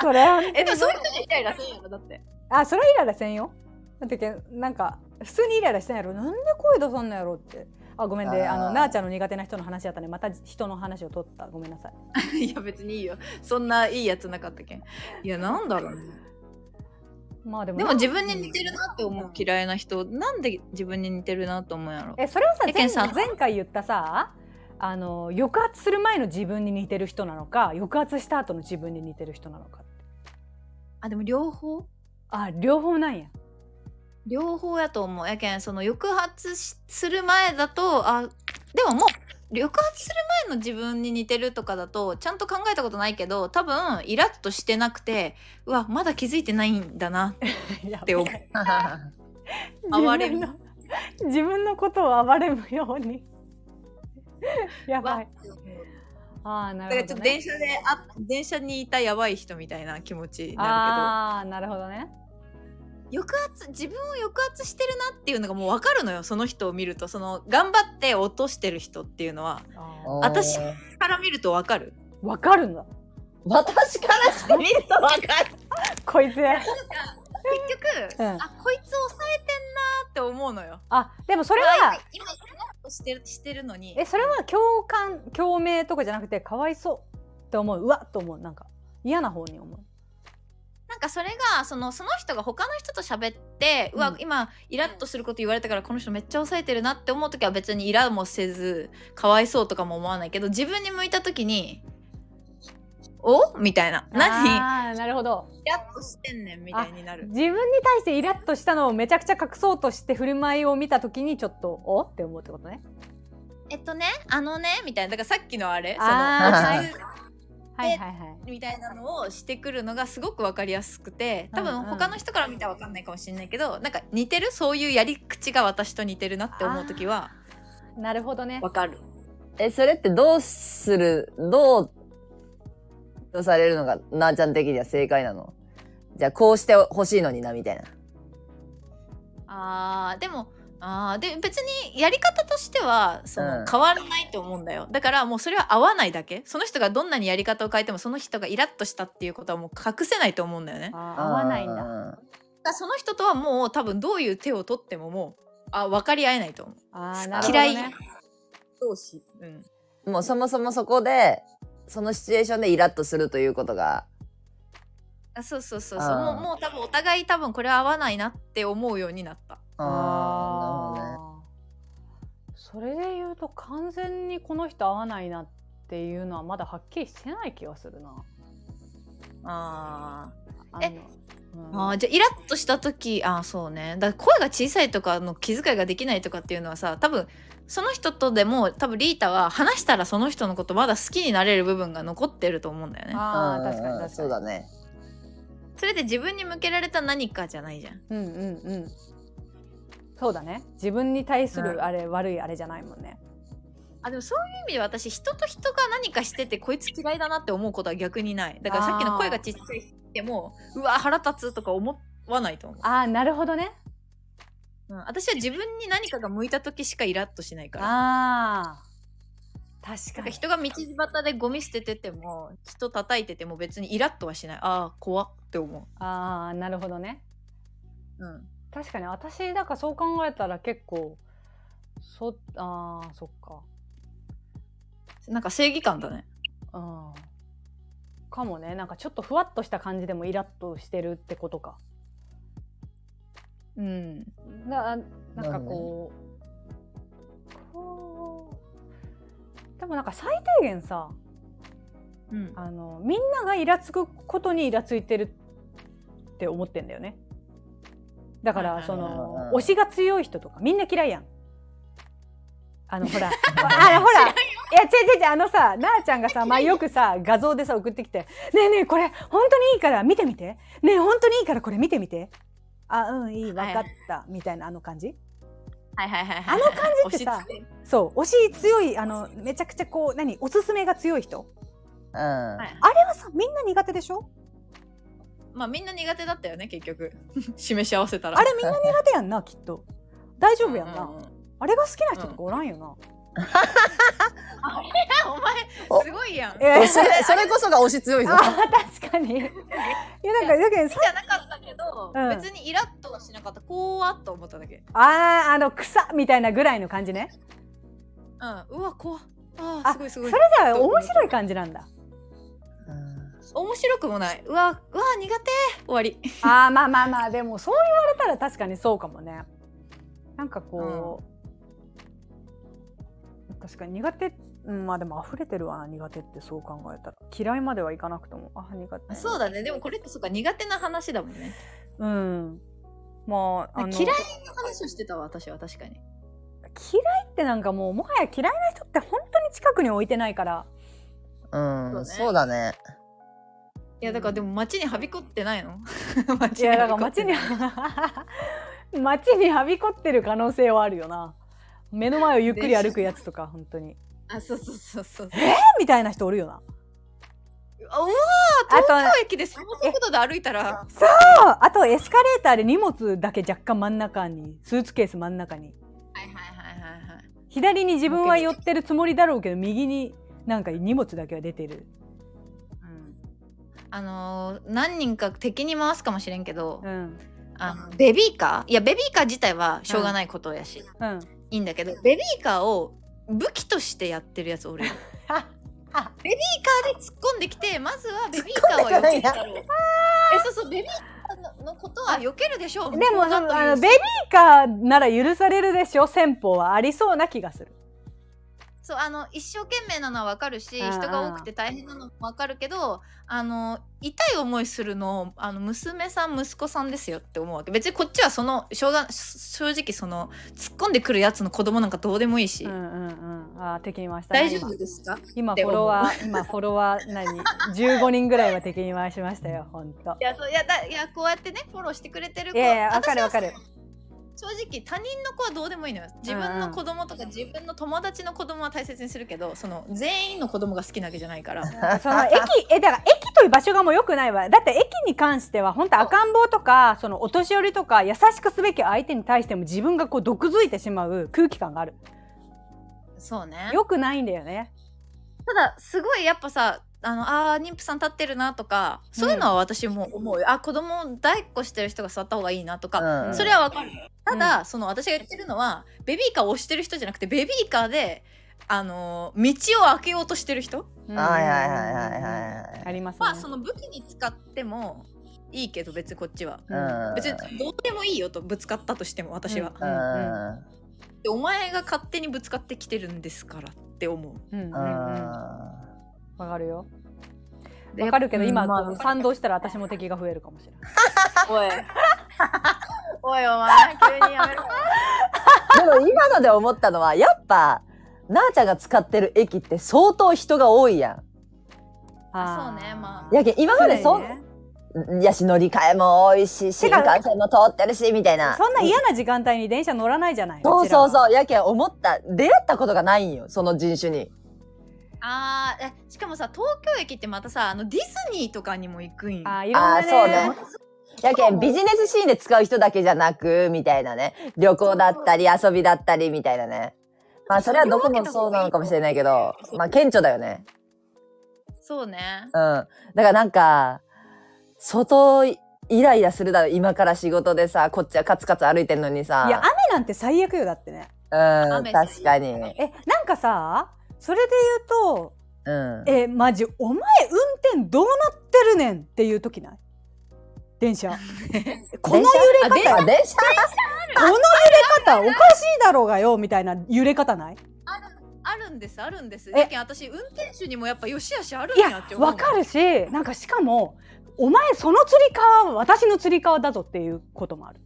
Speaker 1: それは本当に
Speaker 2: えでもそういう人にイライラするんやろだって
Speaker 1: あそれはイライラせんよだってけなんか普通にイライラしてんやろなんで声出さんのやろってあごめんであ
Speaker 3: あー
Speaker 1: のなあちゃんの苦手な人の話やったねまた人の話を取ったごめんなさい
Speaker 2: いや別にいいよそんないいやつなかったけんいやなんだろうね
Speaker 1: まあでも
Speaker 2: でも自分に似てるなって思う嫌いな人なんで自分に似てるなと思うんやろ
Speaker 1: えそれはさ
Speaker 2: えけ
Speaker 1: 前
Speaker 2: んさん
Speaker 1: 前回言ったさあの抑圧する前の自分に似てる人なのか抑圧した後の自分に似てる人なのか
Speaker 2: あでも両方
Speaker 1: あ両方なんや
Speaker 2: 両方やと思うやけんその抑圧しする前だとあでももう抑圧する前の自分に似てるとかだとちゃんと考えたことないけど多分イラッとしてなくてうわまだ気づいてないんだなって思う
Speaker 1: 暴
Speaker 2: 暴
Speaker 1: れ
Speaker 2: れ
Speaker 1: る
Speaker 2: る
Speaker 1: の自分のことを暴れむようにやばいああな
Speaker 2: だから
Speaker 1: る
Speaker 2: ち
Speaker 1: ほ
Speaker 2: ょっ
Speaker 1: ど、
Speaker 2: と
Speaker 1: ね
Speaker 2: 電、車であ電車にいたやばい人みたいな気持ちにな
Speaker 1: ああなるほどね
Speaker 2: るけど抑圧自分を抑圧してるなっていうのがもう分かるのよその人を見るとその頑張って落としてる人っていうのは
Speaker 1: あ
Speaker 2: 私
Speaker 3: 私
Speaker 2: から見ると分かる
Speaker 1: ーわかるんだ
Speaker 3: 私からしてみるとわかる。
Speaker 1: こ いつ
Speaker 2: 結
Speaker 1: う
Speaker 2: 局、
Speaker 1: ん
Speaker 2: あこいつ抑えてんなーって思うのよ
Speaker 1: あでもそれは
Speaker 2: 今そんなことしてるしてるのに
Speaker 1: えそれは共感共鳴とかじゃなくてかわいそうって思ううわっと思うなんか嫌な方に思う
Speaker 2: なんかそれがそのその人が他の人と喋って、う
Speaker 1: うん
Speaker 2: わ今イラッとすること言われたからこの人めっちゃ抑えてるなって思う時は別にイラもせずかわいそうとかも思わないけど自分に向いた時に「おみたいな「何
Speaker 1: あ ーなるほど
Speaker 2: イラッとしてんねん」みたいになる
Speaker 1: 自分に対してイラッとしたのをめちゃくちゃ隠そうとして振る舞いを見た時にちょっとおって思うってことね
Speaker 2: えっとねあのねみたいなだからさっきのあれそ
Speaker 1: あ
Speaker 3: ー
Speaker 2: の
Speaker 1: はいはいはい
Speaker 2: みたいなのをしてくるのがすごく分かりやすくて多
Speaker 1: うん
Speaker 2: 分
Speaker 1: うん
Speaker 2: 他の人から見たら分かんないかもしれないけどなんか似てるそういうやり口が私と似てるなって思う時は
Speaker 1: なるほどね
Speaker 2: 分かる
Speaker 3: え、それってどうする、どう、とされるのが、なあちゃん的には正解なのじゃあ、こうしてほしいのにな、みたいな。
Speaker 2: あーでもあーで別にやり方としてはその、
Speaker 3: うん
Speaker 2: 変わらないと思うんだよだからもうそれは合わないだけその人がどんなにやり方を変えてもその人がイラッとしたっていうことはもう隠せないと思うんだよねだか
Speaker 1: あー合わないんだ
Speaker 3: だ。
Speaker 2: らその人とはもう多分どういう手を取ってももうあ分かり合えないと思う
Speaker 1: あー
Speaker 3: 好
Speaker 1: なるほど
Speaker 3: き
Speaker 1: ね
Speaker 2: 嫌い同士うん
Speaker 3: もうそもそもそこで、そのシチュエーションでイラッとするということが、
Speaker 2: あそうそうそう
Speaker 3: あ
Speaker 2: そうも
Speaker 3: ー
Speaker 2: うもう多分お互い多分これ合わないなって思うようになった
Speaker 3: あーなるほどね。
Speaker 1: あーそれで言うと完全にこの人合わないなっていうのはまだはっきりしてない気がするな
Speaker 2: あ
Speaker 1: あ
Speaker 2: え
Speaker 1: の、う
Speaker 2: あ
Speaker 1: ん
Speaker 2: ーじゃあイラッとした時あーそうねだから声が小さいとかの気遣いができないとかっていうのはさ多分その人とでも多分リータは話したらその人のことまだ好きになれる部分が残ってると思うんだよね
Speaker 1: あ
Speaker 3: う
Speaker 1: ー
Speaker 3: ん
Speaker 1: 確かに確かに
Speaker 3: そうだね。
Speaker 2: それで自分に向けられた何かじゃないじゃん
Speaker 1: うんうんうんそうだね自分に対す
Speaker 2: うん
Speaker 1: るあれ、悪いあれじゃないもんね
Speaker 2: あでもそういう意味で私人と人が何かしててこいつ嫌いだなって思うことは逆にないだからさっきの声がちっちゃい人でもうわ腹立つとか思わないと思う
Speaker 1: ああなるほどね
Speaker 2: うん、私は自分に何かが向いた時しかイラッとしないから。
Speaker 1: ああ確
Speaker 2: な
Speaker 1: か
Speaker 2: んか
Speaker 1: に
Speaker 2: 人が道端でゴミ捨ててても人叩いてても別にイラッとはしないああ怖っって思
Speaker 1: ああなるほどね
Speaker 2: う、うん、
Speaker 1: 確かに私だからそう考えたら結構そあーそっか
Speaker 2: なんか正義感だね
Speaker 1: うんかもねなんかちょっとふわっとした感じでもイラッとしてるってことか
Speaker 2: うん
Speaker 1: ななんかこうこうでもなんか最低限さ
Speaker 2: うん
Speaker 1: あのみんながイラつくことにイラついてるって思ってんだよねだか
Speaker 2: はい
Speaker 1: ら
Speaker 2: はい
Speaker 1: そ
Speaker 2: はい
Speaker 1: の
Speaker 3: うん
Speaker 1: 推しが強い人とかみんな嫌いやんあのほ らあほらいや違う違う違うあのさなあちゃんがさ、まあ、よくさ画像でさ送ってきて「ねえねえこれ本当にいいから見てみてねえ本当にいいからこれ見てみて」あうんいいわかったみたいなあの感じ
Speaker 2: はいはいはい
Speaker 1: あ
Speaker 2: はい
Speaker 1: の感じってさ
Speaker 2: 押し付け
Speaker 1: そう推し強いあのめちゃくちゃこう何おすすめが強い人
Speaker 3: うん。
Speaker 2: はい
Speaker 1: あれはさみんな苦手でしょ
Speaker 2: まあみんな苦手だったよね結局 示し合わせたら
Speaker 1: あれみんな苦手やん なきっと大丈夫やんな、
Speaker 2: うんうんうん
Speaker 1: あれが好きな人とかおらんよな、
Speaker 2: あれお
Speaker 3: お
Speaker 2: 前すごいやん
Speaker 1: いやいや
Speaker 3: それ、それこそが押し強いぞ。
Speaker 1: あー確かにいやなんかだけどさ
Speaker 2: じゃなかったけど、
Speaker 1: うん
Speaker 2: 別にイラッとはしなかったこうわっと思っただけ
Speaker 1: あーあの草みたいなぐらいの感じね
Speaker 2: うんうわ怖っあ
Speaker 1: あ
Speaker 2: あすごいすごい
Speaker 1: それじゃあ面白い感じなんだ
Speaker 3: うん
Speaker 2: 面白くもないうわうわ苦手終わり
Speaker 1: あーまあまあまあでもそう言われたら確かにそうかもねなんかこう、確かに苦手うん、まあでも溢れてるわな苦手ってそう考えたら嫌いまではいかなくともあ苦手
Speaker 2: そうだねでもこれってそっか苦手な話だもんね
Speaker 1: うんまああの
Speaker 2: 嫌いの話をしてたわ私は確かに
Speaker 1: 嫌いってなんかもうもはや嫌いな人って本当に近くに置いてないから
Speaker 3: うん、
Speaker 2: そうね
Speaker 3: そうだね。
Speaker 2: いやだからでも街にはびこってないの 街
Speaker 1: いやだから
Speaker 2: はびこっ
Speaker 1: 街
Speaker 2: てな
Speaker 1: に
Speaker 2: い
Speaker 1: 街には びこってる可能性はあるよな目の前をゆっくり歩くやつとか本当に
Speaker 2: あそうそうそうそう
Speaker 1: みたいな人おるよな
Speaker 2: あうわ
Speaker 1: あと
Speaker 2: 東京駅でその速度で歩いたら
Speaker 1: ああとエスカレーターで荷物だけ若干真ん中にスーツケース真ん中に
Speaker 2: はいはいはいはいはい
Speaker 1: 左に自分は寄ってるつもりだろうけど右になんか荷物だけは出てる
Speaker 2: うんあのー何人か敵に回すかもしれんけど、
Speaker 1: うん
Speaker 2: あのベビーカーいやベビーカー自体はしょうがないことやし、
Speaker 1: うん
Speaker 2: いいんだけどベビーカーを武器としてやってるやつ俺ベビー
Speaker 1: ああ
Speaker 2: カーで突っ込んできてまずはベビーカーは避けるだろうえそうそうベビーカーののことは避けるでしょう
Speaker 1: で
Speaker 2: 向こ
Speaker 1: も
Speaker 2: うだ
Speaker 1: そ
Speaker 2: と
Speaker 1: の
Speaker 2: いう
Speaker 1: あのベビーカーなら許されるでしょ戦法はありそうな気がする
Speaker 2: そうあの一生懸命なのはわかるし
Speaker 1: ああ
Speaker 2: 人が多くて大変なのもわかるけどあの痛い思いするのをあの娘さん息子さんですよって思うわけ別にこっちはそのしょうが正直その突っ込んでくるやつの子供なんかどうでもいいし、
Speaker 1: うんうんうんあー敵に回したね
Speaker 2: 大丈夫ですか
Speaker 1: 今今
Speaker 2: って
Speaker 1: フォ
Speaker 2: 思う
Speaker 1: ロワー今フォロワー何15人ぐらいは敵に回しましたよ本当
Speaker 2: いやそういやだいやこうやってねフォローしてくれてる
Speaker 1: い
Speaker 2: 子
Speaker 1: やいやわかるわかる
Speaker 2: 正直他人の子はどうでもいいのよ自分の子供とか自分の友達の子供は大切にするけどその全員の子供が好きなわけじゃないから
Speaker 1: その駅えだから駅という場所がもう良くないわだって駅に関しては本当赤ん坊とかそのお年寄りとか優しくすべき相手に対しても自分がこう毒づいてしまう空気感がある
Speaker 2: そうね
Speaker 1: 良くないんだよね
Speaker 2: ただすごいやっぱさあのあー妊婦さん立ってるなとかそういうのは私も思うよ、あ子供を抱っこしてる人が座った方がいいなとか、
Speaker 1: うん
Speaker 2: それはわかるただ、その私が言ってるのはベビーカーを押してる人じゃなくてベビーカーであのー道を開けようとしてる人
Speaker 1: うん
Speaker 3: はいはいはいはいはい
Speaker 1: ありますね
Speaker 2: は、その武器に使ってもいいけど別にこっちは
Speaker 1: うん
Speaker 3: うん
Speaker 2: 別にどうでもいいよとぶつかったとしても私は、
Speaker 1: うん
Speaker 3: うん
Speaker 2: でお前が勝手にぶつかってきてるんですからって思う
Speaker 1: うんうんうん
Speaker 3: う
Speaker 1: わ
Speaker 3: ん
Speaker 1: かるよ
Speaker 2: で
Speaker 1: わかるけど
Speaker 2: うん
Speaker 1: 今
Speaker 2: まあ
Speaker 1: こう賛同したら私も敵が増えるかもしれない
Speaker 2: おいおいお 前急にやめろ
Speaker 3: でも今ので思ったのはやっぱなあちゃんが使ってる駅って相当人が多いや
Speaker 2: あそうねま
Speaker 3: ん。やけん今までそ
Speaker 1: 常にね
Speaker 3: ん、やし乗り換えも多いし新幹線も通ってるしみたいな。
Speaker 1: そんな嫌な時間帯に電車乗らないじゃない
Speaker 3: そうそう
Speaker 1: う
Speaker 3: そうやけん思った出会ったことがないんよその人種に。
Speaker 2: あーえしかもさ東京駅ってまたさあのディズニーとかにも行くんよ
Speaker 1: あーいろん
Speaker 3: あ
Speaker 1: な
Speaker 3: あーそうね
Speaker 1: ね。
Speaker 3: やけんビジネスシーンで使う人だけじゃなくみたいなね旅行だったり遊びだったりみたいなね。まあそれはどこもそうなのかもしれないけどまあ顕著だよね。
Speaker 2: そうね
Speaker 3: うん。だからなんか、外、イライラするだろ、今から仕事でさ、こっちはカツカツ歩いてんのにさ。
Speaker 1: いや雨なんて最悪よだってね
Speaker 3: うん、
Speaker 2: 雨
Speaker 3: 確かに。うん。
Speaker 1: えなんかさそれで言うとえマジお前運転どうなってるねんっていう時ない電 車この揺れ
Speaker 3: 電車
Speaker 1: 方
Speaker 3: あ電車
Speaker 1: この揺れ方おかしいだろうがよみたいな揺れ方ない
Speaker 2: あるんですあるんです
Speaker 1: え
Speaker 2: やけん私運転手にもやっぱよしあしある
Speaker 1: い
Speaker 2: んや
Speaker 1: や
Speaker 2: って思う
Speaker 1: わかるしなんかしかもお前そのつり革は私のつり革だぞっていうこともある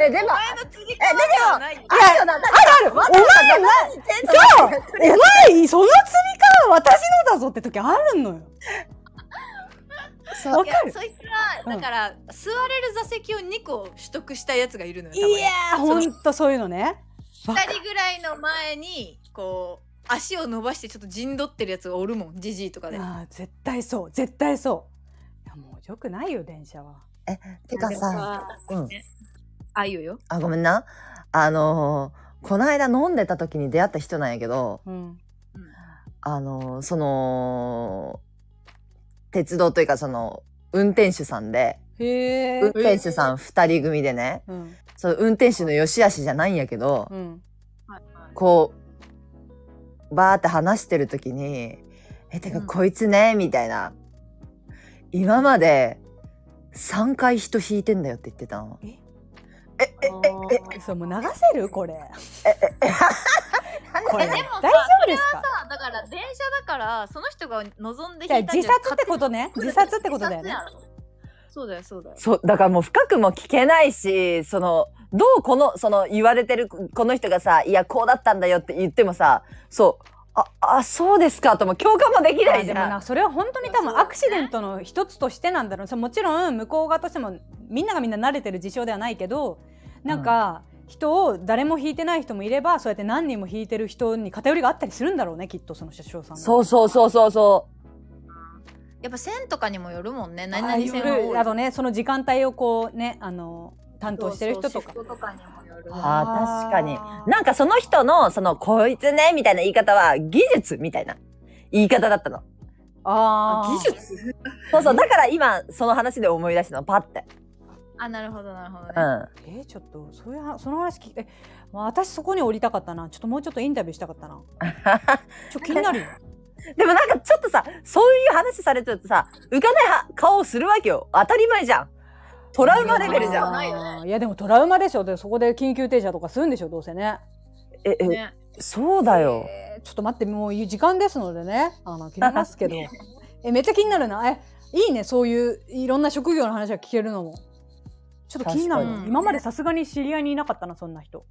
Speaker 3: え、でも、
Speaker 2: 前の釣り革ではないよ
Speaker 3: あるよな、
Speaker 1: あるあるお前
Speaker 3: 何言ってんの
Speaker 1: そうお前そのつり革は私のだぞって時あるのよ
Speaker 3: そう
Speaker 1: わ
Speaker 2: い
Speaker 1: か
Speaker 2: や
Speaker 1: る
Speaker 2: そいつはだから、座れる座席を2個取得したやつがいるのよ
Speaker 1: い
Speaker 2: たまに
Speaker 1: やーほんとそういうのねわか
Speaker 2: 2人ぐらいの前にこう足を伸ばしてちょっと陣取ってるやつがおるもんじじいとかで
Speaker 1: あー絶対そう絶対そういやもうよくないよ電車は
Speaker 3: てかさ、うん。
Speaker 2: あゆよ
Speaker 3: あ、ごめんな。あのー、こないだ飲んでた時に出会った人なんやけど、
Speaker 1: うん
Speaker 3: あのー、その、鉄道というかその、運転手さんで、
Speaker 1: へえ
Speaker 3: 運転手さん二人組でね、
Speaker 1: うん
Speaker 3: その運転手の良し悪しじゃないんやけど、
Speaker 1: うん
Speaker 3: こう、バーって話してるときに、え、てか
Speaker 2: うん
Speaker 3: こいつね、みたいな。今まで3回人引いてんだよって言ってたの。
Speaker 1: え
Speaker 3: え、え、え、
Speaker 1: そうもう流せるこれこれ、
Speaker 2: でも
Speaker 1: ね
Speaker 2: さ、
Speaker 1: 大丈夫ですか
Speaker 2: さだから電車だからその人が望んで
Speaker 1: じゃあ
Speaker 2: 引いたん
Speaker 1: 自
Speaker 2: じゃん
Speaker 1: 殺って ことね。自殺ってことだよね。
Speaker 2: 勝手に自殺やろそうだよそうだよ
Speaker 3: そう、だからもう深くも聞けないし、その、どうこの、その言われてるこの人がさ、いや、こうだったんだよって言ってもさ、そう、あ、あ、そうですかとも共感もでき
Speaker 1: ま
Speaker 3: な
Speaker 1: あ
Speaker 3: いじ
Speaker 1: でも
Speaker 3: ゃん
Speaker 1: な。それは本当に多分アクシデントの一つとしてなんだろうそれもちろん向こう側としてもみんながみんな慣れてる事象ではないけどなんか人を誰も引いてない人もいればそうやって何人も引いてる人に偏りがあったりするんだろうねきっとその車掌さんが
Speaker 3: そうそうそうそうそう。
Speaker 2: やっぱ線とかにもよるもんね何
Speaker 1: あ
Speaker 2: 々線が多い
Speaker 1: あとねその時間帯をこうねあの担当してる人とか
Speaker 2: そうそうシフトとかにもよる
Speaker 3: あー確かに
Speaker 1: あー
Speaker 3: なんかその人の、その、こいつね、みたいな言い方は、技術みたいな言い方だったの。
Speaker 1: あー
Speaker 2: 技術
Speaker 3: そうそう、だから今、その話で思い出したの、パって。
Speaker 2: あなるほどなるほどね、
Speaker 3: うん。
Speaker 1: えーちょっとそういうはその話聞いてまあ私そこに降りたかったなちょっともうちょっとインタビューしたかったなちょ気になるよ
Speaker 3: でもなんかちょっとさ、そういう話されてるとさ、浮かないは顔をするわけよ。当たり前じゃん。トラウマレベルじゃん。
Speaker 2: ないよ
Speaker 1: ねいやでもトラウマでしょでそこで緊急停車とかするんでしょどうせね
Speaker 3: え、え、
Speaker 2: ね
Speaker 3: そうだよ。
Speaker 1: えーちょっと待ってもう時間ですのでねあの切りますけど えめっちゃ気になるなえいいねそういういろんな職業の話が聞けるのもちょっと気になる
Speaker 2: 確か
Speaker 1: な
Speaker 2: に
Speaker 1: 今までさすがに知り合いにいなかったなそんな人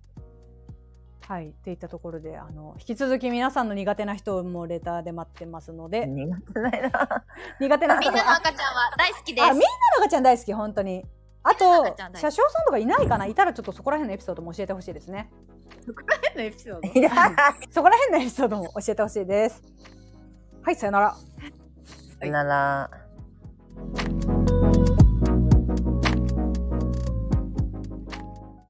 Speaker 1: はいっていったところであの引き続き皆さんの苦手な人もレターで待ってますので
Speaker 3: 苦手ないな。
Speaker 1: 苦手な
Speaker 2: み
Speaker 1: 人
Speaker 2: んなの赤ちゃんは大好きです
Speaker 1: あみんなの赤ちゃん大好き本当にあ
Speaker 2: みんなの
Speaker 1: と
Speaker 2: 赤ちゃん大好き
Speaker 1: 車掌さんとかいないかないたらちょっとそこら辺のエピソードも教えてほしいですね
Speaker 2: 変なエピソード
Speaker 3: いや
Speaker 1: そこら辺のエピソードも教えてほしいですはいさよなら
Speaker 3: なら。